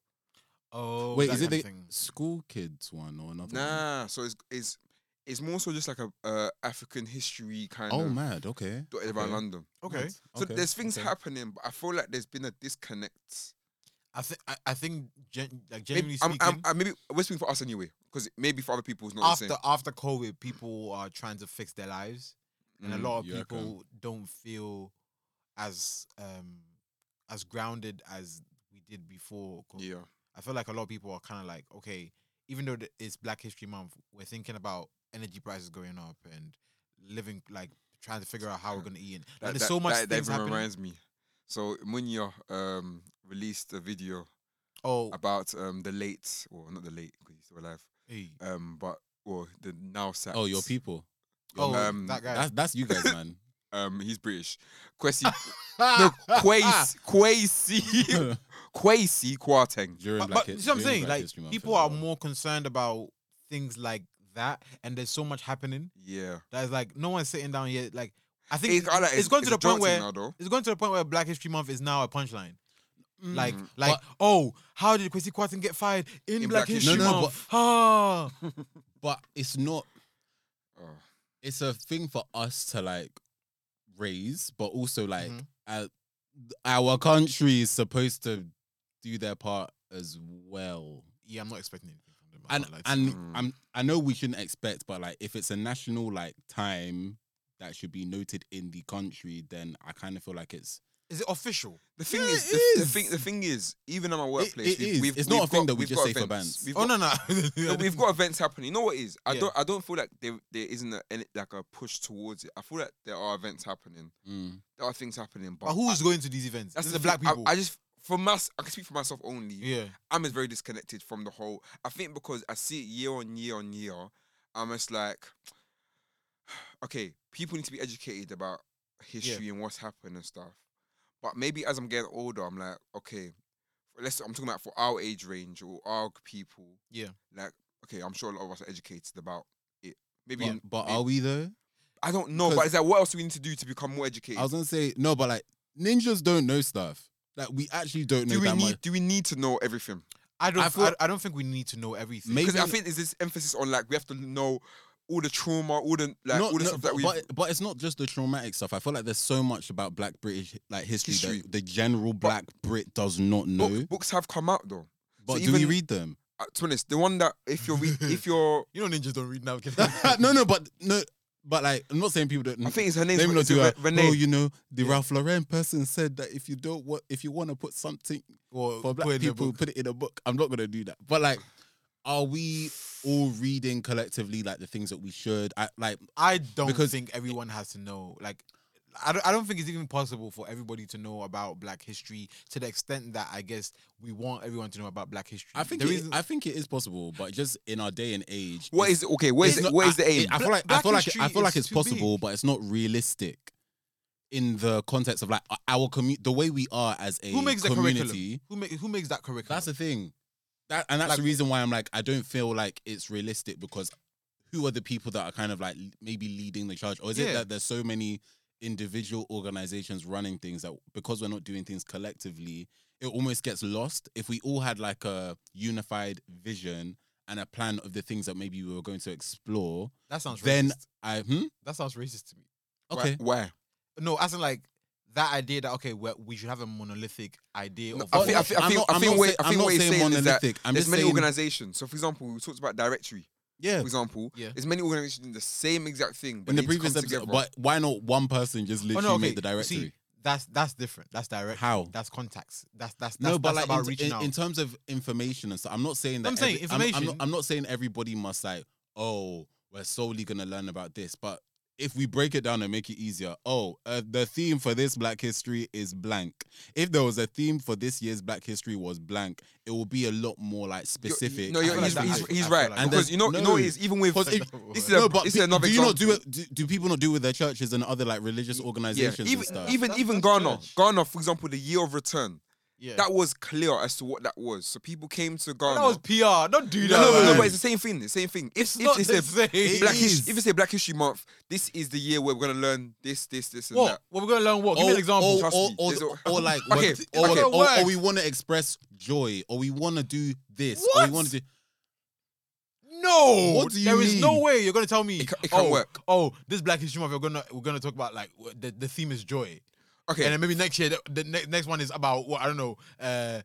Oh,
Wait,
that
is it
kind of
the
thing.
school kids one or another? One?
Nah, so it's it's it's more so just like a uh, African history kind
Oh,
of
mad. Okay.
dotted around
Okay.
London.
Okay.
Mad.
So
Okay.
there's things
Okay.
happening, but I feel like there's been a disconnect.
I think I, I think gen- like genuinely
Maybe, I'm,
speaking,
I'm, I maybe we're speaking for us anyway, because maybe for other people it's not the
after
same.
after COVID, people are trying to fix their lives, and
Mm.
a lot of
you reckon?
people don't feel as um as grounded as we did before. COVID.
Yeah,
I feel like a lot of people are kind of like, okay, even though th- it's Black History Month, we're thinking about energy prices going up and living like trying to figure out how we're gonna eat. And, like,
That-
there's
that-
so much
that, that
things
even
happening.
reminds me. So Munya um, released a video
oh,
about um, the late, well, not the late because he's still alive,
hey.
um, but well, the now sacked.
Oh, your people.
oh,
um,
that guy.
That's that's you guys, *laughs* man.
Um, he's British. Kwesi, no, Kwesi, Kwesi, Kwesi Kwarteng.
*laughs* During
*laughs*
but,
Black
but
Hi-
see what I'm
during
saying?
Black History
Like
Month
people
as
are
well.
more concerned about things like that, and there's so much happening
Yeah,
that is like no one's sitting down yet. Like I think
It's- I like-
it's gone to
a
the point
joke thing
where-
now, though.
it's going to the point where Black History Month is now a punchline. Like,
Mm.
like, oh, how did Kwesi Kwarteng get fired in,
In Black
Black History
History No, no,
Month? Ah,
but it's not.
Oh.
It's a thing for us to like raise, but also like
Mm-hmm.
Mhm.
uh, our country is supposed to do their part as well.
yeah, I'm not expecting anything from them. I'm
And
not lying to you.
and
Mm.
I'm I know we shouldn't expect, but like if it's a national like time that should be noted in the country, then I kind of feel like it's
is it official?
The thing
Yeah,
is,
it
the, the
is.
thing, the thing is, even at my workplace,
it
we've,
is.
we've
It's
we've
not a thing
got-
that we
we've
just
got
say for
events.
bans.
We've got,
Oh no, no,
no, *laughs*
*laughs*
we've got events happening. You know what it is? I
Yeah.
don't, I don't feel like there, there isn't a, any, like a push towards it. I feel like there are events happening.
mm,
There are things happening, but
But
I-
who's going to these events? That's
that's
the black
thing. I-
people.
I, just for myself, I can speak for myself only.
yeah,
I'm just very disconnected from the whole. I think because I see it year on year on year, I'm just like, *sighs* okay, people need to be educated about history and what's happened and stuff. But maybe as I'm getting older, I'm like, okay, let's. I'm talking about for our age range or our people.
Yeah.
Like, okay, I'm sure a lot of us are educated about it. Maybe
but,
in-
but
may-
are we though?
I don't know. But
because-
it's like, what else do we need to do to become more educated?
I was gonna say no, but like ninjas don't know stuff. Like we actually don't know
do we
that
need?
much.
Do we need to know everything?
I don't.
I
I,
thought-
I don't think we need to know everything.
Maybe-
Because I think there's this emphasis on like we have to know all the trauma, all the like
Not-
all the
no,
stuff
but,
that we.
but, but it's not just the traumatic stuff. I feel like there's so much about Black British like history,
History.
that the general Black Brit does not know.
Book, Books have come out though.
but
so
do we
even-
read
*laughs*
them? *laughs*
Uh, to be honest, the one that if you're re- if you're,
*laughs* you know, ninjas don't read now.
no, no, but no, but like I'm not saying people don't.
I think it's her name.
Let me not
Is
do
it
that.
Re- Renee?
Oh, you know, the Ralph Lauren person said that if you don't want, if you want to put something
Or
for black
put in the
people,
book.
put it in a book. I'm not gonna do that. But like, are we all reading collectively like the things that we should? I, like,
I don't
Because-
think everyone has to know. Like, I don't, I don't think it's even possible for everybody to know about Black history to the extent that I guess we want everyone to know about Black history.
I think
the
it, I think it is possible, but just in our day and age,
what
it's-
is okay? Where is
It's
it,
not-
where is
I-
the aim?
I feel like I
Black
feel like
history
it's, I feel like
is
it's
too
possible, but it's not realistic in the context of like our community, the way we are as a
who makes the curriculum?
community.
Who makes who makes that curriculum?
That's the thing, that and that's
Like-
the reason why I'm like I don't feel like it's realistic because who are the people that are kind of like maybe leading the charge, or is
Yeah.
it that there's so many individual organizations running things that because we're not doing things collectively, it almost gets lost. If we all had like a unified vision and a plan of the things that maybe we were going to explore,
That sounds
then
racist.
I hmm?
That sounds racist to me.
okay.
Why?
No, as in like that idea that okay, we we should have a monolithic idea
No,
of
I
what-
think, I think, I
I'm
think,
not-
I
I'm
think,
not
what-
say-
I
I'm
think
not
what he's
saying
saying, is that
monolithic. I'm
there's
just
many
saying-
organizations. So, for example, we talked about directory.
Yeah.
For example,
Yeah.
there's many organizations doing the same exact thing, but
In the
they need to come
previous episode,
together.
but why not one person just
Oh,
literally
no, okay.
make the directory?
See, that's that's different. That's direct.
How?
That's contacts. That's that's, that's
no, but
that's
like
about
in,
reaching
in,
out.
in terms of information and stuff, I'm not saying that.
I'm saying
I'm,
information-
not, I'm not saying everybody must like. Oh, we're solely gonna learn about this, but if we break it down and make it easier, oh, uh, the theme for this Black History is blank. If there was a theme for this year's Black History was blank, it will be a lot more like
You're-
specific.
No,
I
you're,
and
feel like
he's,
that-
he's,
I
specific.
feel
he's
like
right.
that.
And
because
there's-
you know, you know,
no.
what it is even with
'Cause it-
this is a,
no, but
this
pe-
is another
do you not do
example.
it? Do, do people not do it with their churches and other like religious
Yeah,
organizations
even
and stuff?
even
That's-
even
that's
Ghana,
church.
Ghana, for example, the year of return.
yeah.
That was clear as to what that was. So people came to Ghana.
that was PR. Don't do
no,
that.
no, no,
man.
but it's the same thing. The same thing. If
It's
if
not
they
the
said
same. It
Black
is.
History, if they say Black History Month, this is the year where we're gonna learn this, this, this, and
what?
that.
What we're gonna learn? What? Give me an
Or-
example.
Or,
Trust
or,
me,
or,
there's a-
or like,
Okay,
we're- or,
okay.
or- or
Words.
we want to express joy, or we want to do this, or
What?
we want to do.
No,
What do you
there is no
mean?
way you're gonna tell me
It ca- it can't
oh,
work.
Oh, this Black History Month, we're gonna we're gonna talk about like w- the, the theme is joy,
Okay,
and then maybe next year the, the ne- next one is about what I don't know, uh,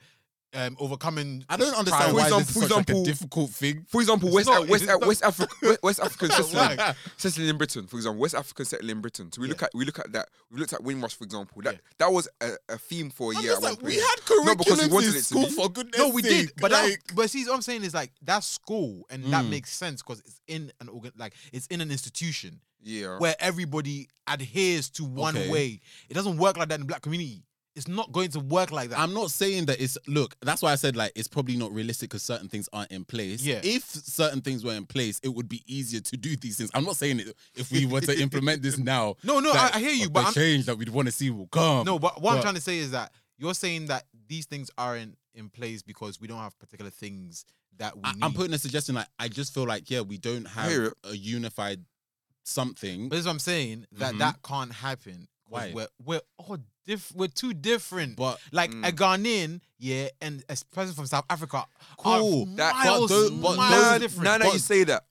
um, overcoming.
I don't understand
For
why
example-
this
for
is such like, a
example-
difficult thing.
For example, West
not-
West
it's not-
West Africa
*laughs*
West, West African settling,
like-
settling in Britain. For example, West African settling in Britain. So we look at we look at that. We looked at Windrush, for example. That
Yeah.
that was a, a theme for a
I'm
year.
just
At one
like, we
point.
had
No, because we
curriculums
wanted it
in
to
school
be.
for goodness
No, we
sake.
did, but that-
like,
but see, what I'm saying is like that's school, and that
Mm.
makes sense because it's in an organ, like it's in an institution
Yeah.
where everybody adheres to one
Okay.
way. It doesn't work like that in the black community. It's not going to work like that.
I'm not saying that it's look. That's why I said like it's probably not realistic because certain things aren't in place.
Yeah.
If certain things were in place, it would be easier to do these things. I'm not saying it if we were to *laughs* implement this now.
no, no,
that
I, I hear you,
the
but I'm,
change that we'd want to see will come.
No, but what I'm
Um, But-
trying to say is that you're saying that these things aren't in place because we don't have particular things that we
I,
need.
I'm putting a suggestion. Like, I just feel like yeah, we don't
hear
have
it.
a unified something.
but this is what I'm saying that
Mhm.
that can't happen.
Why?
'cause We're we're all diff. We're too different.
But
like
Mm.
a Ghanaian, yeah, and a person from South Africa.
Cool.
Are
That- but
miles,
tho- but
miles
now,
those-
different.
now that
But-
you say that,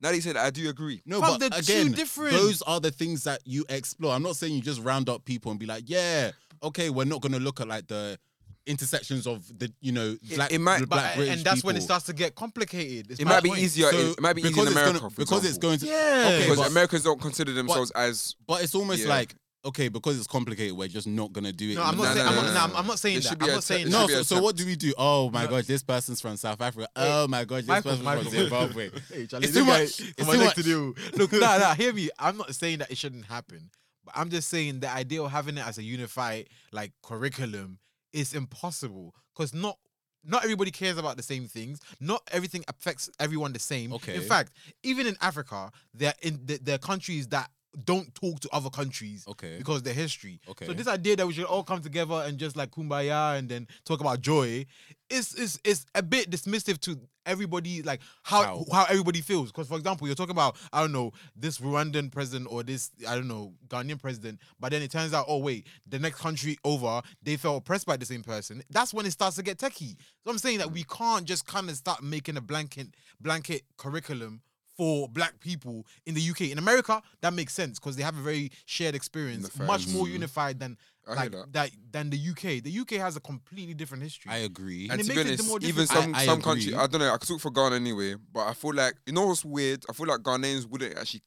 now that you say that, I do agree.
no,
Fam,
but
they're too
again,
different.
those are the things that you explore. I'm not saying you just round up people and be like, yeah, okay, we're not gonna look at like the intersections of the you know black,
it might-
the
But-
black British
and that's when it
people.
starts to get complicated. It's
It
my
might be
point.
easier. in-
So,
it might be easier
because
in
it's
America
gonna,
for
because it's
example.
going to
Yeah.
okay,
because
but,
Americans don't consider themselves as
but it's almost
Yeah.
like okay because it's complicated. We're just not gonna do it.
No,
in
I'm
the
not
No,
saying.
no,
I'm
no,
not-
no,
nah,
no.
I'm not saying
There
that.
should be
I'm
a
not
te- there
saying that.
No,
should be
so,
a
so
tap-
what do we do? Oh my gosh, this person's from South Africa. Oh my gosh, this
Michael,
person's
Michael.
from Zimbabwe.
*laughs*
It's
It's too much. It's too much.
Look, nah, nah, hear me. I'm not saying that it shouldn't happen, but I'm just saying the idea of having it as a unified like curriculum is impossible because not not everybody cares about the same things. Not everything affects everyone the same. In
Okay.
fact, even in Africa, there in there there are countries that don't talk to other countries
Okay.
because of their history.
Okay.
So this idea that we should all come together and just like kumbaya and then talk about joy is is is a bit dismissive to everybody like how how,
How?
everybody feels. Because for example, you're talking about I don't know this Rwandan president or this I don't know Ghanaian president, but then it turns out oh wait the next country over they felt oppressed by the same person. That's when it starts to get techie. So I'm saying that we can't just kind of start making a blanket blanket curriculum. For black people in the UK, in America, that makes sense because they have a very shared experience,
fair
much more
Mhm.
unified than
I hear
like
that.
than the UK. The UK has a completely different history.
I agree.
And
And
it
to be
makes it
honest,
more
even
difficult.
some
I- I
some country,
agree.
I don't know. I could talk for Ghana anyway, but I feel like you know what's weird. I feel like Ghanaians wouldn't actually.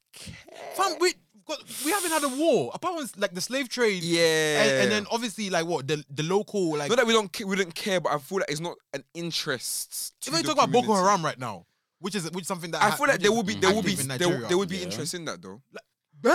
Fam, we got, we haven't had a war apart from like the slave trade.
Yeah. uh,
And, and then obviously like what the the local like.
not that we don't ca- we don't care, but I feel like it's not an interest. To
if we
the
talk about Boko
community.
Haram right now, which is which is something that
I
ha-
feel like
which
there
is
will be there will be
active in
there, will-
Nigeria.
there will be
Yeah.
interest in that though.
*laughs*
*laughs*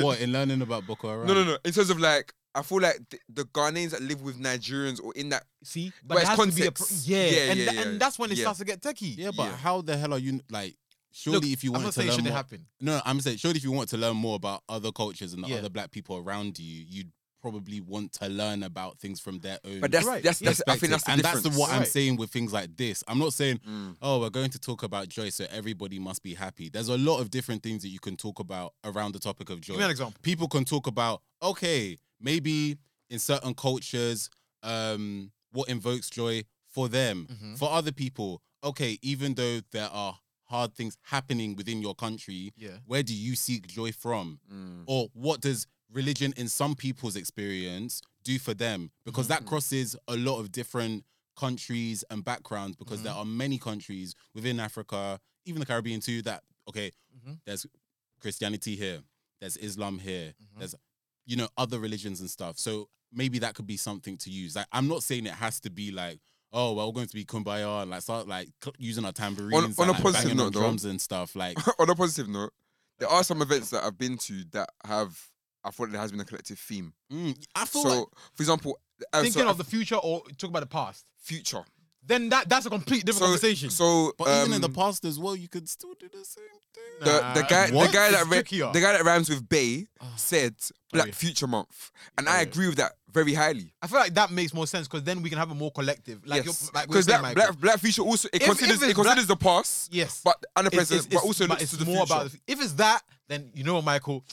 what in learning about Boko Haram?
No, no, no. In terms of like, I feel like the, the Ghanaians that live with Nigerians or in that
See,
But
but, it
it's
has to be a pro-
context.
yeah,
Yeah,
and
yeah,
tha-
yeah.
and that's when it
Yeah.
starts to get techie.
Yeah, but
Yeah.
how the hell are you like? Surely,
Look,
if you
I'm
want
not
to
saying it
learn
shouldn't
more,
happen.
no, I'm saying surely if you want to learn more about other cultures and the
Yeah.
other black people around you, you'd probably want to learn about things from their own.
But that's
Right.
that's, that's I
perspective.
think that's the
and
difference.
that's what I'm
Right.
saying with things like this. I'm not saying,
Mm.
oh, we're going to talk about joy, so everybody must be happy. There's a lot of different things that you can talk about around the topic of joy
Give me an example.
people can talk about okay maybe in certain cultures um, what invokes joy for them,
Mhm.
for other people. Okay, even though there are hard things happening within your country,
Yeah.
where do you seek joy from?
Mm.
Or what does religion in some people's experience do for them? Because that crosses a lot of different countries and backgrounds because there are many countries within Africa, even the Caribbean too, that, okay,
Mhm.
there's Christianity here, there's Islam here, there's, you know, other religions and stuff. So maybe that could be something to use. Like, I'm not saying it has to be like, Oh well, we're going to be kumbaya and like start like cl- using our tambourines
on
and
a
like,
positive
banging on
note, though-
drums and stuff.
*coughs*
Like
*laughs* On a positive note, there are some events that I've been to that have. I thought there has been a collective theme.
Mm, I
So,
feel like
for example, uh,
Thinking
so,
of the future or talk about the past.
future.
Then that that's a complete different
So,
conversation.
so
but even in the
um,
past as well, you could still do the same thing.
the, the
Nah,
guy, the
what?
guy
It's
that ra-
trickier.
the guy that rhymes with Bay said Black
yeah.
Future Month, and I
yeah.
agree with that very highly.
I feel like that makes more sense because then we can have a more collective. Like
yes,
you're, like we were
because
saying,
Black,
Michael.
Black Black Future also it
If- if
considers
it's
it considers the past,
yes,
but and the
It's-
present,
it's-
but
it's-
also
but
looks to
it's
the
more
future.
about the- if it's that, then you know what, Michael,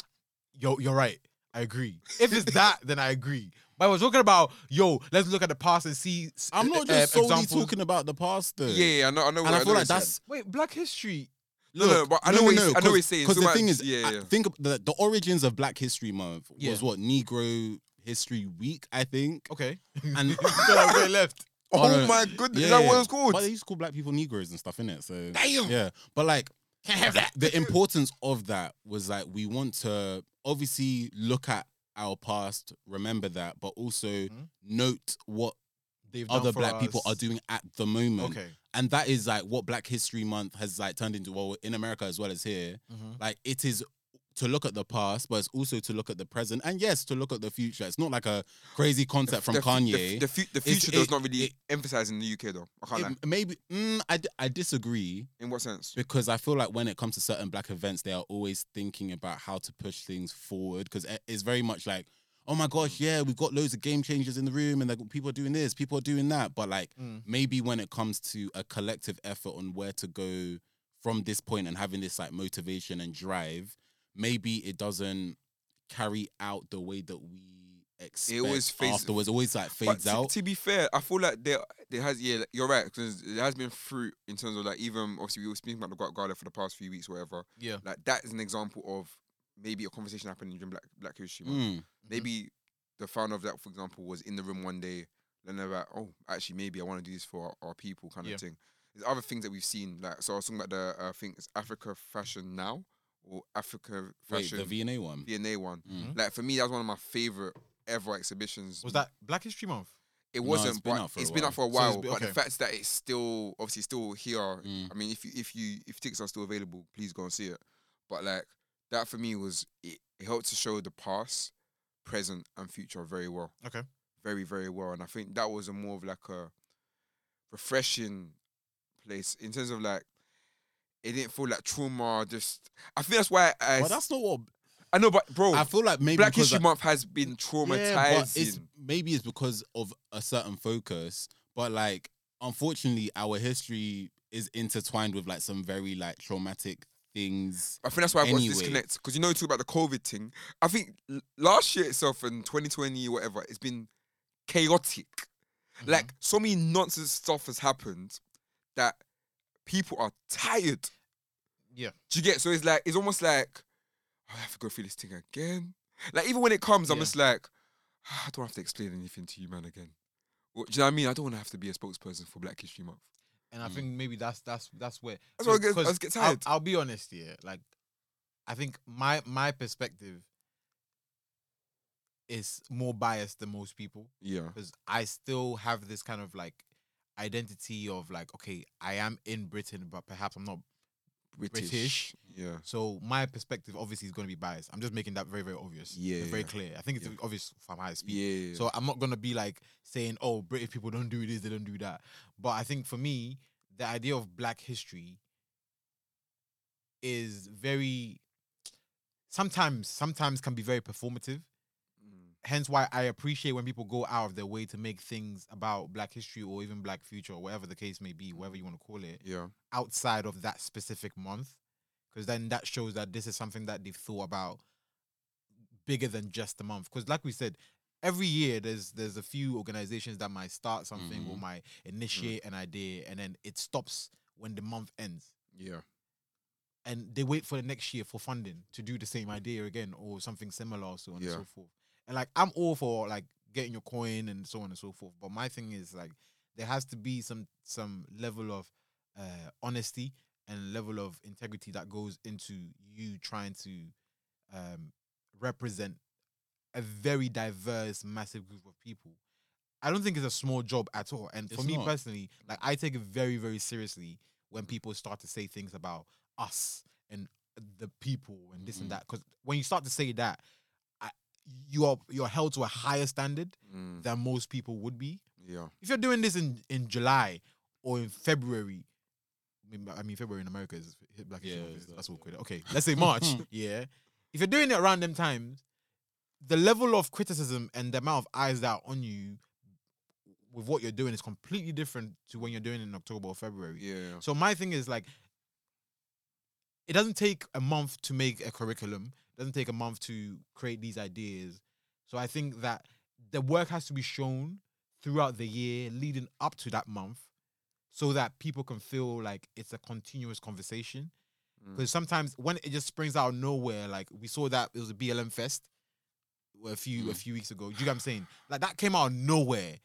yo, you're right. I agree. If
*laughs*
it's that, then I agree. But I was talking about yo, let's look at the past and see. s-
I'm
uh,
not just
uh,
solely
examples.
talking about the past though.
E-, yeah, yeah, I know, I know.
And
what-
I,
know
feel
what
like
you're
that's
Wait, Black history.
No, no, but I know what he's- I know what he's saying,
Because
so
the
much-
thing is,
yeah,
I
yeah.
think the, the origins of Black History Month was
Yeah.
what Negro History Week, I think.
*laughs*
Okay. *laughs*
And
Got way left.
saying.
Oh,
Oh
no.
my goodness, is that what it's called?
But they used to call black people Negroes and stuff in it. So
Damn.
yeah, but like can't have that.
*laughs*
The importance of that was like we want to obviously look at our past, remember that, but also
Mm-hmm.
Mhm.
note what
They've done
other
for
black people
us.
are doing at the moment.
Okay.
And that is like what Black History Month has like turned into well in America as well as here.
Mhm.
Like it is to look at the past, but it's also to look at the present and yes, to look at the future. It's not like a crazy concept from
the, fu-
Kanye
The, the, fu- the
It's-
future does
it-
not really
it-
emphasize in the UK though. I can't lie.
it, maybe mm, I, d- I disagree
In what sense?
because I feel like when it comes to certain black events, they are always thinking about how to push things forward because it's very much like, oh my gosh, yeah, we've got loads of game changers in the room and like people are doing this, people are doing that. But like
Mm.
maybe when it comes to a collective effort on where to go from this point and having this like motivation and drive, maybe it doesn't carry out the way that we expect
always fades-
afterwards. Always like
But
fades
to,
out.
to be fair, I feel like there there has yeah like, you're right because there has been fruit in terms of like even obviously we were speaking about the Gu- Gala for the past few weeks or whatever.
Yeah.
Like that is an example of maybe a conversation happening during Black Black History Month.
Mm.
Maybe the founder of that, for example, was in the room one day learning about oh actually maybe I want to do this for our, our people kind
Yeah.
of thing. There's other things that we've seen like so I was talking about the uh, I think it's Africa Fashion Now or Africa
Wait, the
Fashion
VNA one.
V&A one.
Mm.
Like for me, that was one of my favorite ever exhibitions.
Was that Black History Month?
It
No,
wasn't,
it's been
but
out for a
it's been
while.
out for a
So it's
while.
been-
But the
okay.
fact that it's still obviously still here.
Mm.
I mean, if you if you if tickets are still available, please go and see it. But like that for me was it, it helped to show the past, present, and future very well.
Okay.
Very very well, and I think that was a more of like a refreshing place in terms of like it didn't feel like trauma. Just I think that's why I
But that's not what
I know, but bro,
I feel like maybe
Black
because
History Month has been
Yeah, but it's
traumatizing.
maybe it's because of a certain focus, but like unfortunately, our history is intertwined with like some very like traumatic things.
I think that's why I've got
Anyway.
to disconnect because you know you talk about the COVID thing. I think l- last year itself and 2020 whatever, it's been chaotic.
Mm-hmm.
Like so many nonsense stuff has happened that people are tired.
Yeah.
Do you get? So it's like it's almost like "Oh, I have to go through this thing again. Like even when it comes, I'm
Yeah.
just like "Ah, I don't have to explain anything to you, man, again. Well, Do you know what I mean? I don't want to have to be a spokesperson for Black History Month.
And I
Mm.
think maybe that's that's that's where
That's why I get-
'cause
I just get
I'll-
tired.
I'll, be honest here. Like, I think my my perspective is more biased than most people
Yeah.
because I still have this kind of like identity of like, okay, I am in Britain, but perhaps I'm not.
British.
British.
Yeah.
So my perspective obviously is going to be biased. I'm just making that very very obvious.
Yeah,
and very
yeah.
clear. I think it's
Yeah.
obvious from how I speak.
Yeah.
So I'm not gonna be like saying, "Oh, British people don't do this, they don't do that." But I think for me, the idea of Black history is very sometimes sometimes can be very performative.
Mm.
Hence why I appreciate when people go out of their way to make things about Black history or even Black future or whatever the case may be, whatever you want to call it,
yeah.
outside of that specific month, because then that shows that this is something that they've thought about bigger than just the month. Because like we said, every year there's there's a few organizations that might start something or might initiate an idea and then it stops when the month ends
Yeah.
and they wait for the next year for funding to do the same idea again or something similar or so on
Yeah.
and so forth. And like I'm all for like getting your coin and so on and so forth. But my thing is like there has to be some some level of uh honesty and level of integrity that goes into you trying to um represent a very diverse, massive group of people. I don't think it's a small job at all. And for
It's
me
not.
personally, like I take it very, very seriously when people start to say things about us and the people and
Mm.
this and that. Because when you start to say that, I, you are you're held to a higher standard
Mm.
than most people would be.
Yeah.
If you're doing this in in July or in February, I mean, I mean February in America is hit Black History
Yeah,
Month,
it's
that's
that, yeah.
awkward. Okay, let's say
*laughs*
March. yeah, if you're doing it around them times, the level of criticism and the amount of eyes that are on you with what you're doing is completely different to when you're doing it in October or February.
Yeah. yeah.
So my thing is like, it doesn't take a month to make a curriculum. It doesn't take a month to create these ideas. So I think that the work has to be shown throughout the year, leading up to that month, so that people can feel like it's a continuous conversation.
Mm.
Because sometimes when it just springs out of nowhere, like we saw that it was a BLM fest a few
Mm.
a few weeks ago. Do you get what I'm saying? Like that came out of nowhere.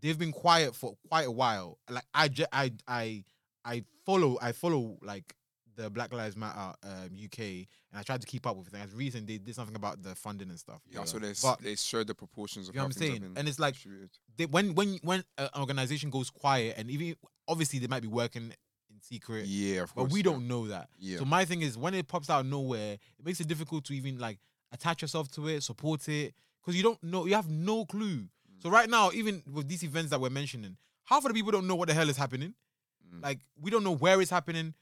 They've been quiet for quite a while. Like I ju- I I I follow I follow like the Black Lives Matter um, UK and I tried to keep up with things. Recently, they did something about the funding and stuff.
Yeah, so they s-
But-
they showed the proportions of
You know
how
what I'm
things have
saying?
been
And it's like-
distributed.
they, when when when an organization goes quiet and even obviously they might be working in secret,
yeah, of
but
course.
we
yeah.
don't know that.
Yeah,
So my thing is when it pops out of nowhere, it makes it difficult to even like attach yourself to it, support it, because you don't know, you have no clue. So right now, even with these events that we're mentioning, half of the people don't know what the hell is happening.
Mm.
Like we don't know where it's happening,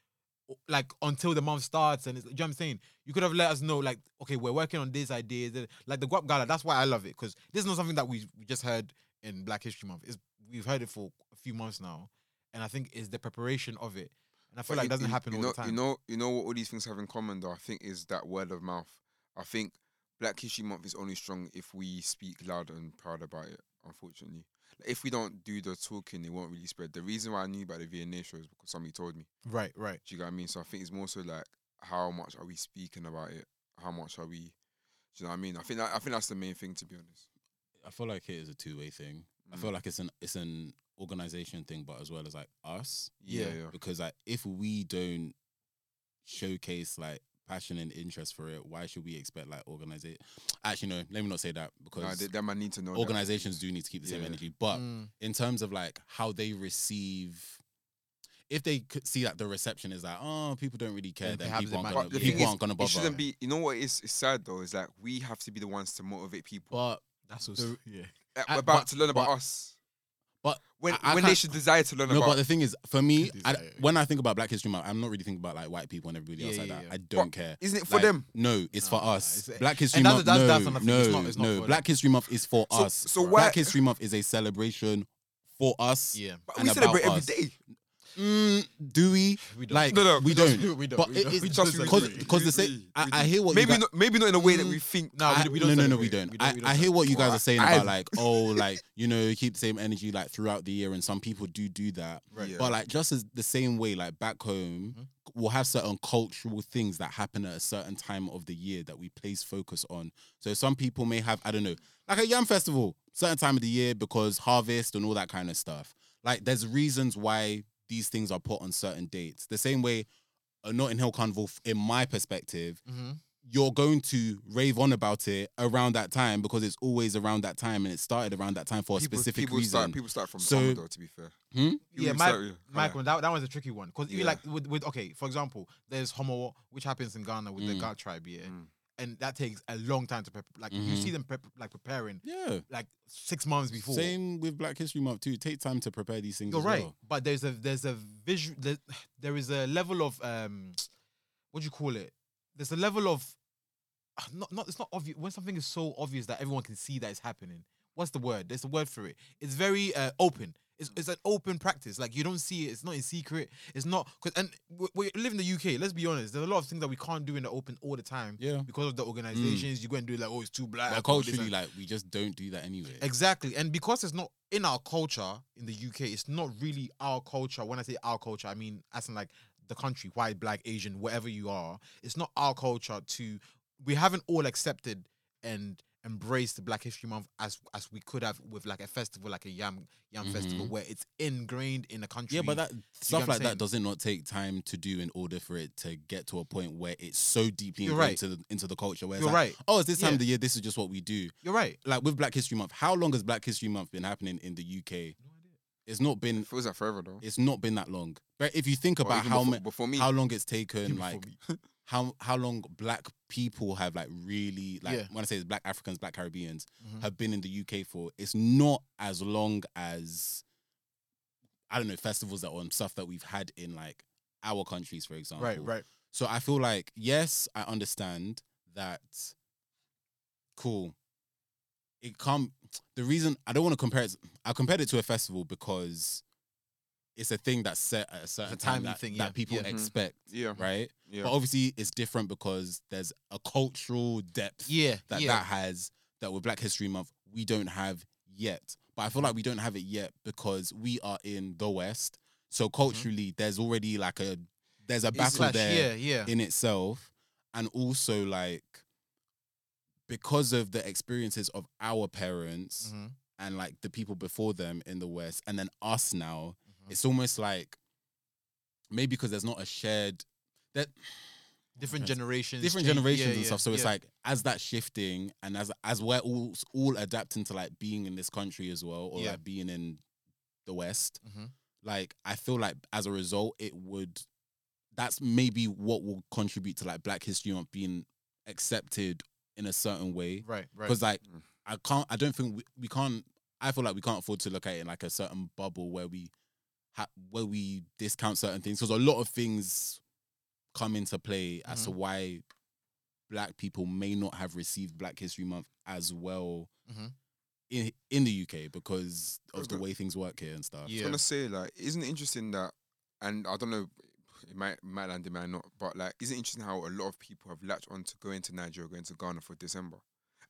o- like until the month starts. And it's, do you know what I'm saying? You could have let us know, like, okay, we're working on this idea. th- Like the Guap Gala, that's why I love it because this is not something that we we just heard in Black History Month. It's, we've heard it for a few months now, and I think it's the preparation of it. And I feel
But
like
you-
it doesn't
you-
happen
you
all
know,
the time.
You know, you know what all these things have in common, though. I think is that word of mouth. I think Black History Month is only strong if we speak loud and proud about it. Unfortunately, Like, if we don't do the talking, it won't really spread. The reason why I knew about the VNA show is because somebody told me.
right, right.
Do you get what I mean? So I think it's more so like how much are we speaking about it? How much are we? Do you know what I mean? I think that, I think that's the main thing, to be honest.
I feel like it is a two way thing. I
Mm.
feel like it's an it's an organization thing, but as well as like us.
Yeah, yeah.
Because like if we don't showcase like passion and interest for it, why should we expect like organization? Actually, no. Let me not say that because
Nah, they, they might need to know. that.
organizations do need to keep the same
Yeah.
energy. But
Mm.
in terms of like how they receive. If they could see that the reception is like, oh, people don't really care,
Then
then
perhaps
people
it
aren't
might
gonna,
But the
people
thing is,
aren't gonna
It
bother.
shouldn't be. You know what is, is sad though is like we have to be the ones to motivate people.
but
That's *laughs* what's
The-
yeah.
Uh,
Uh,
we're about
but-
to learn about
but-
us.
but
When
I- I
when they
can't-
should desire to learn
No,
about
but the thing is, for me,
Could
I,
desire.
when I think about Black History Month, I'm not really thinking about like white people and everybody
Yeah,
else like
yeah,
that.
yeah.
I don't care.
isn't it for
Like,
them?
No, it's for
Nah,
us.
it's-
Black History
that's-
Month.
that's-
no,
that's another thing.
no,
It's not- it's not for
no.
them.
Black History Month is for
So-
us.
so why-
Black History Month is a celebration for us.
Yeah.
But
and
we celebrate
about
every
us.
day.
Mm, do we?
*laughs* We don't.
Like
No, no,
we,
we
don't.
do- *laughs* we don't,
But
we
it
don't.
is
We
because
just
agree.
because the
We
same.
do.
I, I hear what you
Maybe
guys,
not, maybe not in a way that
Mm.
we think.
No, we, we
I-
don't.
no, no, no,
celebrate.
we don't.
We
I,
we
I hear what you guys are
Alright,
saying
I-
about like, oh, like you know, keep the same energy like throughout the year, and some people do do that.
Right. Yeah. Mm-hmm.
But like, just as the same way, like back home, we'll have certain cultural things that happen at a certain time of the year that we place focus on. So some people may have, I don't know, like a yam festival, certain time of the year because harvest and all that kind of stuff. Like, there's reasons why these things are put on certain dates. The same way, a Notting Hill Carnival, f- in my perspective,
Mhm.
you're going to rave on about it around that time because it's always around that time and it started around that time for a
people,
specific
people
reason.
Start, people start from
So-
summer, though. To be fair,
Hmm?
Yeah,
People
Mike,
start, yeah.
Mike, well, that, that one's a tricky one because
Yeah.
even like with, with okay, for example, there's Homo, which happens in Ghana with the
Mm.
Gat tribe, yeah,
Mm.
and that takes a long time to prep. Like you
Mhm.
see them prep, like preparing
yeah.
like six months before.
Same with Black History Month too. Take time to prepare these things.
You're
as
right,
well.
but there's a there's a visual there, there is a level of um, what do you call it? There's a level of ah, not not it's not obvious when something is so obvious that everyone can see that it's happening. What's the word? There's a word for it. It's very uh, open. It's, it's an open practice. Like you don't see it. It's not in secret. It's not because and we, we live in the UK. Let's be honest. There's a lot of things that we can't do in the open all the time.
Yeah. Mm.
Because of the organizations, you go and do it like oh it's too black.
But
oh, this
culturally,
and-
like we just don't do that anyway.
Exactly. And because it's not in our culture in the UK, it's not really our culture. When I say our culture, I mean as in like the country, white, black, Asian, whatever you are. It's not our culture to we haven't all accepted and embraced Black History Month as as we could have with like a festival like a Yam Yam festival where it's ingrained in the country.
Mm-hmm. yeah, but that stuff
what
like
I'm
that
saying?
does it not take time to do in order for it to get to a point where it's so deeply
You're
ingrained
right.
into the, into the culture? Where it's
You're
like,
right.
oh, it's this time
Yeah.
of the year. This is just what we do.
you're right.
Like with Black History Month, how long has Black History Month been happening in the UK? It's not been.
Feels like forever though.
It's not been that long. But if you think
Or
about
even
how
befo-
ma-
before me.
how long it's taken,
Even
like
for me.
*laughs* how how long black people have like really like
Yeah.
when I say it's black Africans, black Caribbeans
Mhm.
have been in the UK for it's not as long as I don't know, festivals that are on stuff that we've had in like our countries, for example.
right, right.
So I feel like, yes, I understand that cool. It come the reason I don't want to compare it I compared it to a festival because it's a thing that's set at a certain time
timely
that,
thing, yeah.
that people
Yeah.
Mhm.
expect.
Yeah.
Right?
Yeah.
But obviously, it's different because there's a cultural depth
Yeah.
that
yeah.
that has that with Black History Month we don't have yet. But I feel like we don't have it yet because we are in the West, so culturally there's already like a there's a
Mm-hmm. It's
battle
clash,
there
Yeah, yeah.
in itself, and also like because of the experiences of our parents
Mhm.
and like the people before them in the West, and then us now,
mm-hmm.
it's almost like maybe because there's not a shared that
Different generations.
different
change- yeah,
generations and
yeah,
stuff. So it's
yeah.
like as that shifting and as as we're all all adapting to like being in this country as well or
Yeah.
like being in the West,
Mhm.
like I feel like as a result it would that's maybe what will contribute to like Black History Month being accepted in a certain way
right, right.
because like
Mm.
I can't I don't think we, we can't I feel like we can't afford to look at it in like a certain bubble where we ha- where we discount certain things because a lot of things come into play as
Mm-hmm.
to why black people may not have received Black History Month as well
Mhm.
in in the UK because of the
Okay.
way things work here and stuff.
Yeah.
I was gonna say like, isn't it interesting that, and I don't know, it might might land, it might not, but like, isn't it interesting how a lot of people have latched on to going to Nigeria, going to Ghana for December,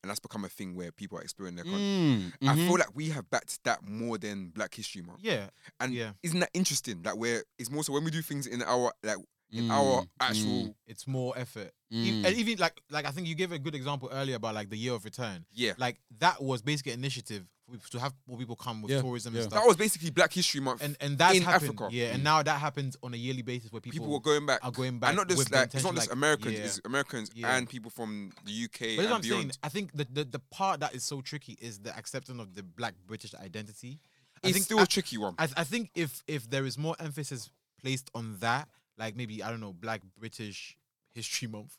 and that's become a thing where people are exploring their country.
Mm,
I
mhm.
feel like we have backed that more than Black History Month,
mm-hmm. yeah,
and
yeah.
isn't that interesting? That where it's more so when we do things in our like in
Mm,
our
mm,
actual
it's more effort. E-
mm.
and even like like I think you gave a good example earlier about like the year of return.
yeah.
Like that was basically an initiative for people to have more people come with
Yeah,
tourism
yeah.
and stuff.
that was basically Black History Month.
and and that's
in
happened.
Africa. Mm.
Yeah, and now that happens on a yearly basis where people,
people, were going back.
are going back
and not
with
just
the
like it's not
intention,
just
like,
Americans,
yeah.
it's Americans
Yeah.
and people from the UK
But that's
and
what I'm saying.
beyond.
I think the, the the part that is so tricky is the acceptance of the Black British identity. I
It's
think
still
I-
a tricky one.
I, I think if if there is more emphasis placed on that, like maybe I don't know, Black British History Month,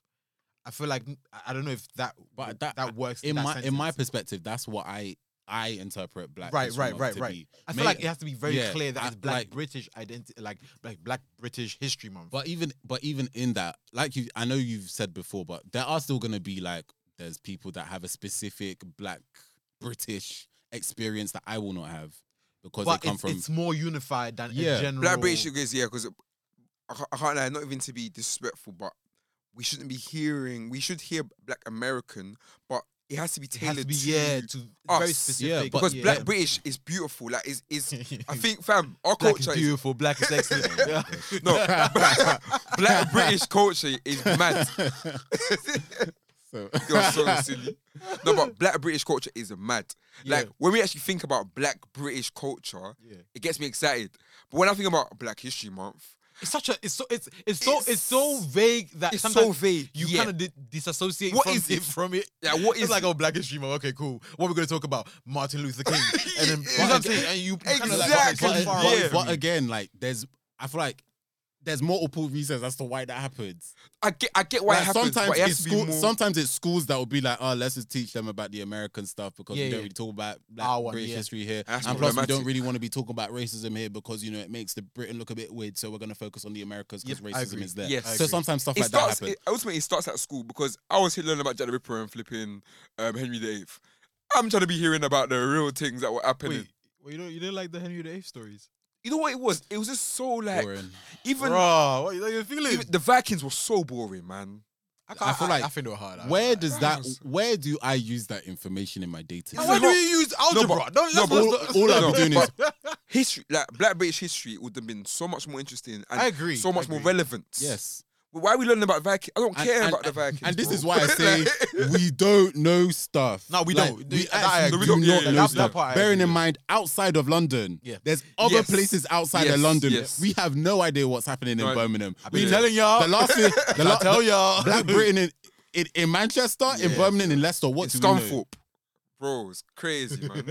I feel like I- I don't know if that
But that-
works
in
that
my in my
sentence.
perspective, that's what I I interpret black
Right,
History
right,
Month
right,
to
right.
be.
I
May-
feel like it has to be very
yeah,
clear that
I-
it's Black
like-
British identity, like like Black British History Month.
But even but even in that, like you, I know you've said before, but there are still gonna be like there's people that have a specific black British experience that I will not have because
But
they come
it's,
from *laughs*
it's more unified than
Yeah.
a general.
Black British Sugars, yeah, because I, ca- I can't lie, not even to be disrespectful, but we shouldn't be hearing, we should hear Black American, but it has to be
it has
tailored
to be
to,
yeah to
us.
very
Yeah,
specific.
but-
Because
yeah. *laughs*
Black British is beautiful. Like, is is I think, fam, our
Black is
culture is.
beautiful. Black is excellent. *laughs* Yeah.
*laughs* No, Black British culture is
*laughs*
mad. *laughs*
so
You're so
*laughs*
silly. No, but Black British culture is mad. Like
Yeah.
when we actually think about Black British culture,
Yeah.
it gets me excited. But when I think about Black History Month,
It's such a it's so it's it's so it's,
It's-
so vague that
it's so
sometimes
vague,
You
yeah.
kind of di- disassociate
What
from
is
it
it?
from it.
Yeah, what
it's
is
like
it?
oh black history month. Okay, cool. What are we gonna talk about? Martin Luther *laughs* King. And then
Yeah.
you know what I'm saying? And you kinda like,
Exactly.
but,
oh, that's so far
but-
away
Yeah.
from
but
you.
again, like there's I feel like there's multiple reasons as to why that happens.
I get, I get why
Like,
it happens.
sometimes
but it has
it's
to be
school,
more-
sometimes it's schools that will be like, oh, let's just teach them about the American stuff because
Yeah,
we don't
yeah.
really talk about like,
Our one,
British
yeah.
history here,
That's
and plus we don't
problematic.
really want to be talking about racism here because you know it makes the Britain look a bit weird, so we're gonna focus on the Americans because
Yep, I
racism
agree.
is there.
Yes. I
so
agree.
sometimes stuff
it
like
starts.
that happens.
It, ultimately, it starts at school because I was here learning about Jack the Ripper and flipping um, Henry VIII. I'm trying to be hearing about the real things that were happening.
Wait, Well, you don't you didn't like the Henry VIII stories,
You know what it was? It was just so like
Boring.
even,
bro. What you know your feelings?
even the Vikings were so boring, man. I, can't,
I feel like
I think they were hard. Uh, I-
where does that?
Yes.
Where do I use that information in my data?
And why do
No,
you use algebra?
but-
don't
no,
let's,
but
let's-
all
let's-
I'll be doing is
*laughs* history, like Black British history, would have been so much more interesting. And
I agree,
So
I
much more
agree.
relevant.
yes.
Why are we learning about Vikings? I don't
And-
care
and-
about the
and-
Vikings.
And this
bro.
is
*laughs*
why I say
Like-
we don't know stuff.
No, we don't.
We
That I
actually
agree.
do
No, we don't.
not
Yeah,
know
that's that
stuff.
part I
Bearing
agree
in
with.
mind, outside of London,
Yeah.
there's other
Yes.
places outside
Yes,
of London.
yes.
We have no idea what's happening
No, I-
in Birmingham.
I've
We
been
know-
telling *laughs* y'all.
The last thing, the
I
la-
tell
the-
y'all.
Black Britain in, in, in Manchester, in
Yeah.
Birmingham, in Leicester. What
It's
do we know?
Scunthorpe. Bro, it's crazy, man.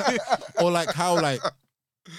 *laughs* or like how like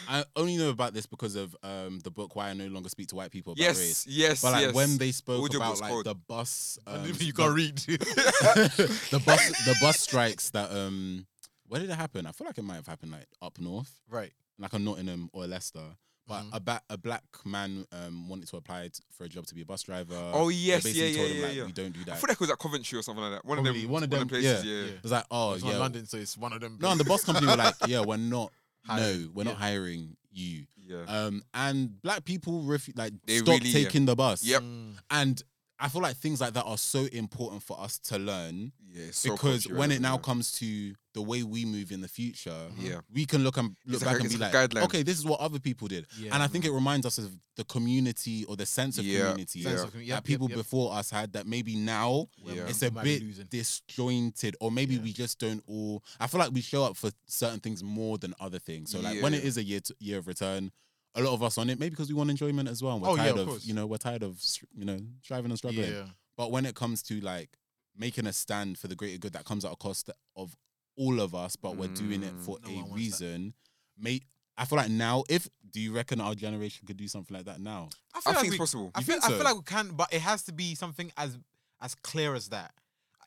I only know about this because of um the book Why I No Longer Speak to White People about
yes,
race.
yes,
But like
yes.
when they spoke
Audio
about
was
like
called-
the bus, um,
you can't read.
the, *laughs* the bus, the bus strikes that um, where did it happen? I feel like it might have happened like up north,
*laughs* right.
like a Nottingham or Leicester. But
Mm-hmm.
Mhm.
a, ba- a black man um wanted to apply t- for a job to be a bus driver.
Oh,
They
yes, yeah,
basically
yeah,
told him,
yeah,
like,
yeah.
We don't do
I
that.
feel like it was at Coventry or something like that. One of
Probably
them,
one of them,
places, yeah.
yeah.
Yeah.
It was like, oh
It's
yeah,
not London, so it's one of them.
no, and the bus company were like, yeah, we're
*laughs*
not. No,
Hiring.
we're not hiring you.
yeah.
Um, and black people refu- like
They
stop
really-
taking the bus.
Yep.
Mm.
And I feel like things like that are so important for us to learn
Yeah, it's so
because
culturally Mm-hmm.
when it now
relevant,
comes to the way we move in the future,
Yeah.
we can look and look
It's
back
like a-
and
it's
be
like
like,
a guideline.
okay, this is what other people did.
Yeah.
And I think it reminds us of the community or the sense of
Yeah.
community
Sense
that
of commu- yep, yep,
people
yep.
before us had that maybe now
Well,
Yeah.
it's
we
a
might be
bit
losing.
disjointed or maybe
Yeah.
we just don't all i feel like we show up for certain things more than other things so like when it
Yeah.
is a year to, year of return a lot of us on it maybe because we want enjoyment as well and we're
Oh, yeah,
tired
of
of,
course.
you know we're tired of str- you know striving and struggling
Yeah.
but when it comes to like making a stand for the greater good that comes at a cost of all of us but we're doing it
Mm.
for
No one wants
a
that.
reason mate i feel like now if do you reckon our generation could do something like that now
I feel
I
like
think
we,
it's possible.
I
You
feel,
think
I
so?
feel like we can, but it has to be something as as clear as that.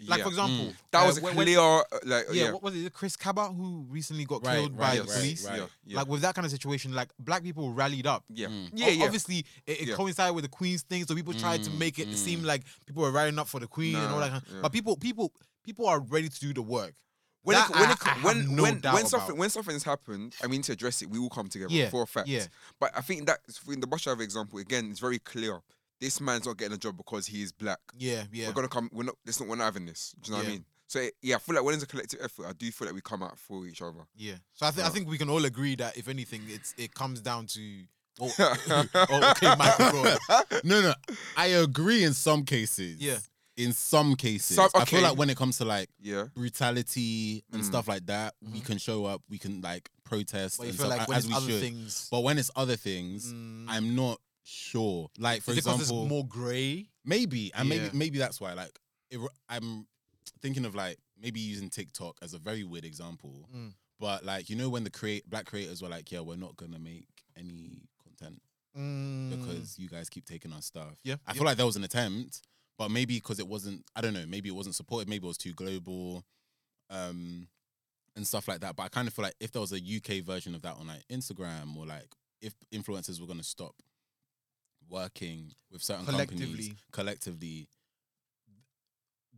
Like
Yeah.
for example,
Mm.
that
uh,
was a
when-
clear,
when-
uh, like,
yeah,
yeah,
What was it? Chris Cabot who recently got
Right,
killed by
right,
the
yes,
right,
police.
right.
yeah, yeah,
Like with that kind of situation, like black people rallied up.
yeah,
Mm.
yeah,
O-
yeah.
Obviously, it, it
Yeah.
coincided with the Queen's thing, so people tried to
Mm,
make it
mm.
seem like people were rallying up for the Queen and all that.
Nah,
Kind of,
yeah.
But people, people, people are ready to do the work.
When
That
it, when,
I-
it,
I have
when,
no
when,
doubt
when something
about.
when something's happened, I mean to address it, we all come together
Yeah,
for a fact.
yeah.
But I think that in the bus driver example again, it's very clear. This man's not getting a job because he is black.
yeah, yeah,
We're gonna come. We're not. This not. We're not having this. Do you know what I
Yeah.
mean? So it- yeah, I feel like when it's a collective effort, I do feel like we come out for each other.
yeah. So I think I
Yeah.
think we can all agree that if anything, it's it comes down to.
*laughs*
Oh, *laughs* oh, okay,
*laughs*
microphone.
*laughs* no, no. I agree in some cases.
Yeah.
In some cases.
Some-
I feel
okay.
like when it comes to like
Yeah.
brutality and
Mm.
stuff like that, we
Mhm.
can show up, we can like protest
But you
and
feel
stuff,
like
a-
when
as
it's
we
other
should.
things,
But when it's other things,
mm,
I'm not sure. Like for
is it 'cause
example,
it's more grey.
maybe and
Yeah.
maybe maybe that's why like it, re- I'm thinking of like maybe using TikTok as a very weird example.
Mm.
But like you know when the create black creators were like, yeah, we're not going to make any content
Mm,
because you guys keep taking our stuff.
Yeah,
I
yeah.
feel like that was an attempt, but maybe because it wasn't, I don't know, maybe it wasn't supported, maybe it was too global, um, and stuff like that. But I kind of feel like if there was a UK version of that on like Instagram or like if influencers were gonna stop working with certain companies
Collectively.
collectively,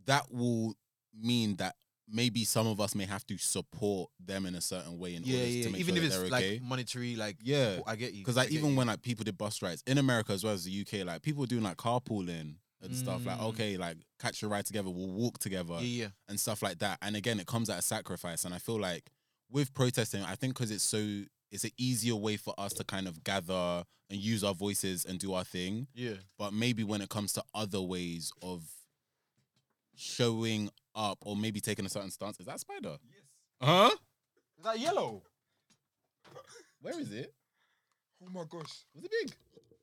that will mean that maybe some of us may have to support them in a certain way in
yeah,
order
yeah.
to make
Even
sure
if
that
it's
they're
like
okay.
monetary, like oh,
Yeah.
I get you.
Because
I
like
get
even
you.
when like people did bus rides in America as well as the UK, like people were doing like carpooling and stuff. Like
Mm.
okay, like catch a ride together, we'll walk together
yeah, yeah,
and stuff like that. And again, it comes at a sacrifice. And I feel like with protesting, I think because it's so it's an easier way for us to kind of gather and use our voices and do our thing.
yeah,
But maybe when it comes to other ways of showing up or maybe taking a certain stance, is that spider? Yes. Huh?
Is
*laughs*
that yellow?
Where is it?
Oh my gosh.
Was it big?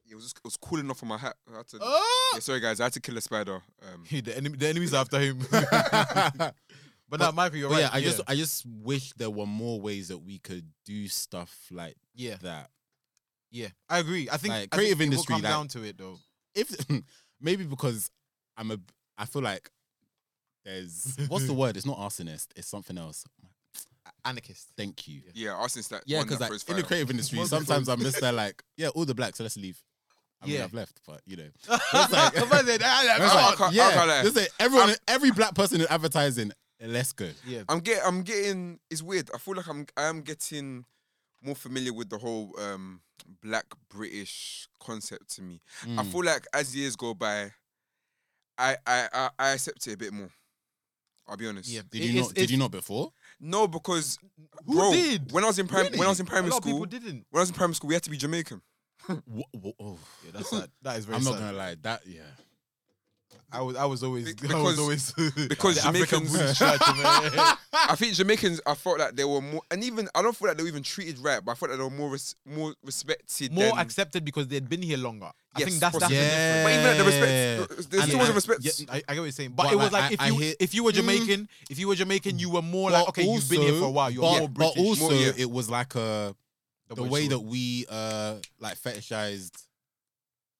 It was just, it was cooling off on my hat. I had to,
Oh!
yeah, sorry guys, I had to kill a spider. Um,
the enemy, the enemy's after him.
*laughs*
but, that might be your
But
right.
yeah, I just I just wish there were more ways that we could do stuff like
yeah,
that.
yeah. I agree. I think
Like,
I
creative
think it will
industry,
Come
like-
down to it though.
If *laughs* maybe because I'm a I feel like
*laughs*
there's what's the word? It's not arsonist. It's something else.
Anarchist. *laughs*
Thank you.
yeah, Arsenal's that.
Yeah,
one
because
that
like
throws
in the
fire.
creative industry, sometimes I'm just
*laughs*
there like, yeah, all the blacks, so let's leave. I mean,
Yeah.
I've left, but you know,
But then, ah,
It's
ah,
like,
I can't- I
yeah,
can't lie.
just say everyone, every black person in advertising, Let's go.
*laughs* Yeah.
I'm get I'm getting it's weird. I feel like I'm I am getting more familiar with the whole um black British concept to me. I
Mm.
feel like as years go by, I I I, I accept it a bit more. I'll be honest.
Yeah.
Did
It-
you
it's-
not? Did
it's-
you not before?
No, because
Who
bro,
did?
when I was in prim- when I was in primary
a lot
school,
of people didn't.
when I was in primary school, we had to be Jamaican.
Wha- wha- oh.
Yeah, that's sad. *laughs* That is
*laughs*
very
I'm
sad.
not gonna lie. That yeah.
I was I was always *laughs*
Be-
I was
*laughs*
because-
always
because
the African
Jamaicans- *laughs*
booty strapped, man.
I think Jamaicans, I felt like they were more, and even I don't feel like they were even treated right, but I felt like they were more res- more respected.
more
than,
accepted because they'd been here longer. I
Yes,
think that's that's
possibly.
the difference.
But even at the respect, there
And
still
I-
wasn't respect.
yeah, I, I get what you're saying, but,
But
it was
like,
like, if
I- I
you
hear-
if you were
Mm.
Jamaican, if you were Jamaican, you were more like
But
okay, you've been here for a
also-
while. You're
but,
more
but
British.
also,
More- yeah.
it was like a
The
the
way
way
she-
that we uh like fetishized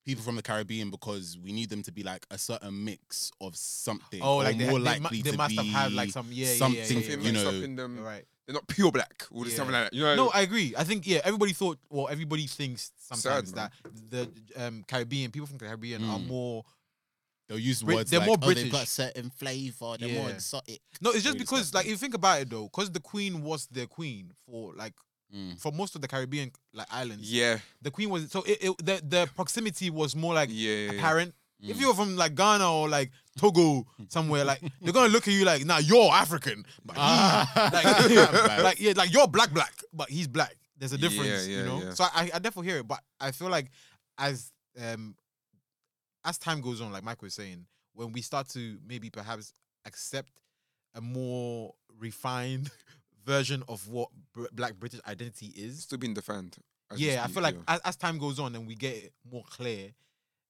people from the Caribbean because we need them to be like a certain mix of something.
oh,
or
like they,
more
they, mu-
likely
they
to
must have had
be
like some yeah, yeah, yeah,
something,
yeah, yeah,
Something
you
mixed
know,
up in them.
You're right.
They're not pure black or
Yeah.
something like that. You know,
No, I agree. I think yeah, everybody thought, well, everybody thinks sometimes
Sad,
that the um, Caribbean people from the Caribbean are
Mm.
more.
they'll use
Brit-
words.
they're
like,
more
"Oh, they've
British."
got certain flavor. They're more
Yeah.
exotic.
No, it's just
Really
because like
disgusting.
you think about it though, because the queen was their queen for like
Mm.
for most of the Caribbean like islands.
yeah,
the queen was so it, it the the proximity was more like
yeah, yeah, Mm. yeah.
apparent. If you were from like Ghana or like Togo somewhere, like they're gonna look at you like, nah, you're African, but he-
Ah. *laughs*
*laughs* like, like yeah, like you're black black, but he's black. There's a
Yeah,
difference,
yeah,
you know.
yeah.
So I, I definitely hear it, but I feel like as um as time goes on, like Mike was saying, when we start to maybe perhaps accept a more refined *laughs* version of what br- black British identity is,
still being defined. as we
yeah, I
speak,
feel like
yeah.
as, as time goes on and we get it more clear,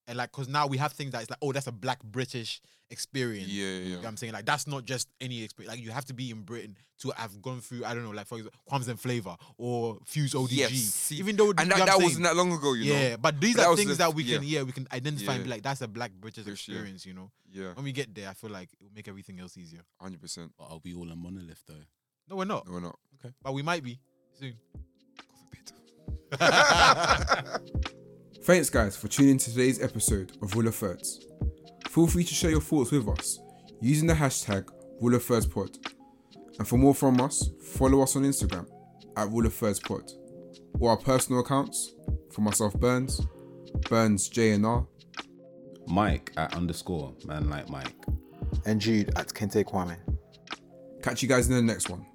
and like, cause now we have things that it's like, oh, that's a black British experience.
Yeah, yeah,
You know what I'm saying? Like, that's not just any experience. Like, you have to be in Britain to have gone through, I don't know, like, for example, Qualms and Flavor or Fuse ODG.
Yes, see,
Even though,
and
you know
that,
what I'm
that
saying?
wasn't that long ago, you
yeah,
know.
but these
But that
are
was
things
the-
that we
yeah.
can, yeah, we can identify and
Yeah.
be like, that's a black British
British, yeah.
experience, you know?
Yeah,
When we get there, I feel like it will make everything else easier.
hundred percent.
But are we all a monolith though?
No, we're not,
No, we're not.
but we might be soon.
Thanks, guys, for tuning in to today's episode of Rule of Thirds. Feel free to share your thoughts with us using the hashtag Rule of Thirds Pod. And for more from us, follow us on Instagram at Rule of Thirds Pod or our personal accounts for myself, Burns, Burns JNR,
Mike at underscore man like Mike.
and Jude at Kente Kwame.
Catch you guys in the next one.